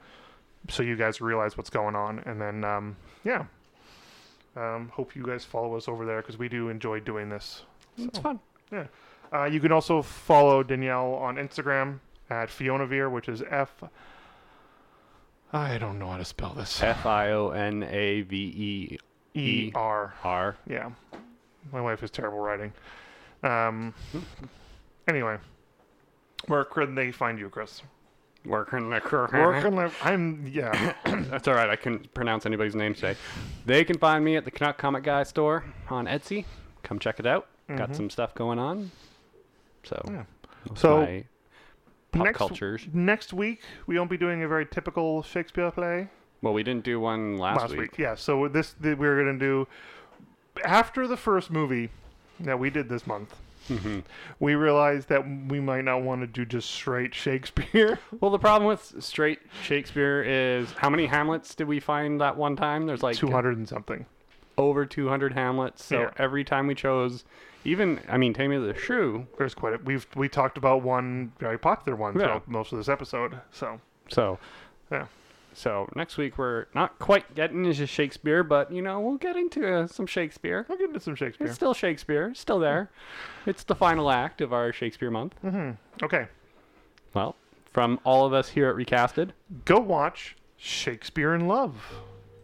Speaker 2: so you guys realize what's going on. And then, um, yeah, um, hope you guys follow us over there because we do enjoy doing this.
Speaker 1: It's fun.
Speaker 2: Yeah. Uh, you can also follow Danielle on Instagram at Fionavir, which is F. I don't know how to spell this.
Speaker 1: F I O N A V E
Speaker 2: E R.
Speaker 1: R.
Speaker 2: Yeah. My wife is terrible writing. Um, anyway, Where can they find you, Chris?
Speaker 1: Working the crew.
Speaker 2: Where can they, I'm yeah.
Speaker 1: That's all right. I couldn't pronounce anybody's name today. They can find me at the Canuck Comic Guy store on Etsy. Come check it out. Got some stuff going on. So, those
Speaker 2: So,
Speaker 1: my pop
Speaker 2: next-
Speaker 1: cultures.
Speaker 2: Next week we won't be doing a very typical Shakespeare play.
Speaker 1: Well, we didn't do one last,
Speaker 2: last week. Yeah, so this th- we're gonna do after the first movie that we did this month.
Speaker 1: Mm-hmm.
Speaker 2: We realized that we might not want to do just straight Shakespeare.
Speaker 1: Well, the problem with straight Shakespeare is how many Hamlets did we find that one time? There's like
Speaker 2: Two hundred and something.
Speaker 1: over 200 Hamlets. So
Speaker 2: Yeah.
Speaker 1: every time we chose, even I mean, Taming of the Shrew.
Speaker 2: There's quite a we've we talked about one very popular one
Speaker 1: Yeah.
Speaker 2: throughout most of this episode. So
Speaker 1: So
Speaker 2: yeah.
Speaker 1: so next week we're not quite getting into Shakespeare, but you know we'll get into uh, some Shakespeare.
Speaker 2: We'll get into some Shakespeare.
Speaker 1: It's still Shakespeare, it's still there. It's the final act of our Shakespeare month.
Speaker 2: Mm-hmm. Okay.
Speaker 1: Well, from all of us here at Recasted.
Speaker 2: Go watch Shakespeare in Love.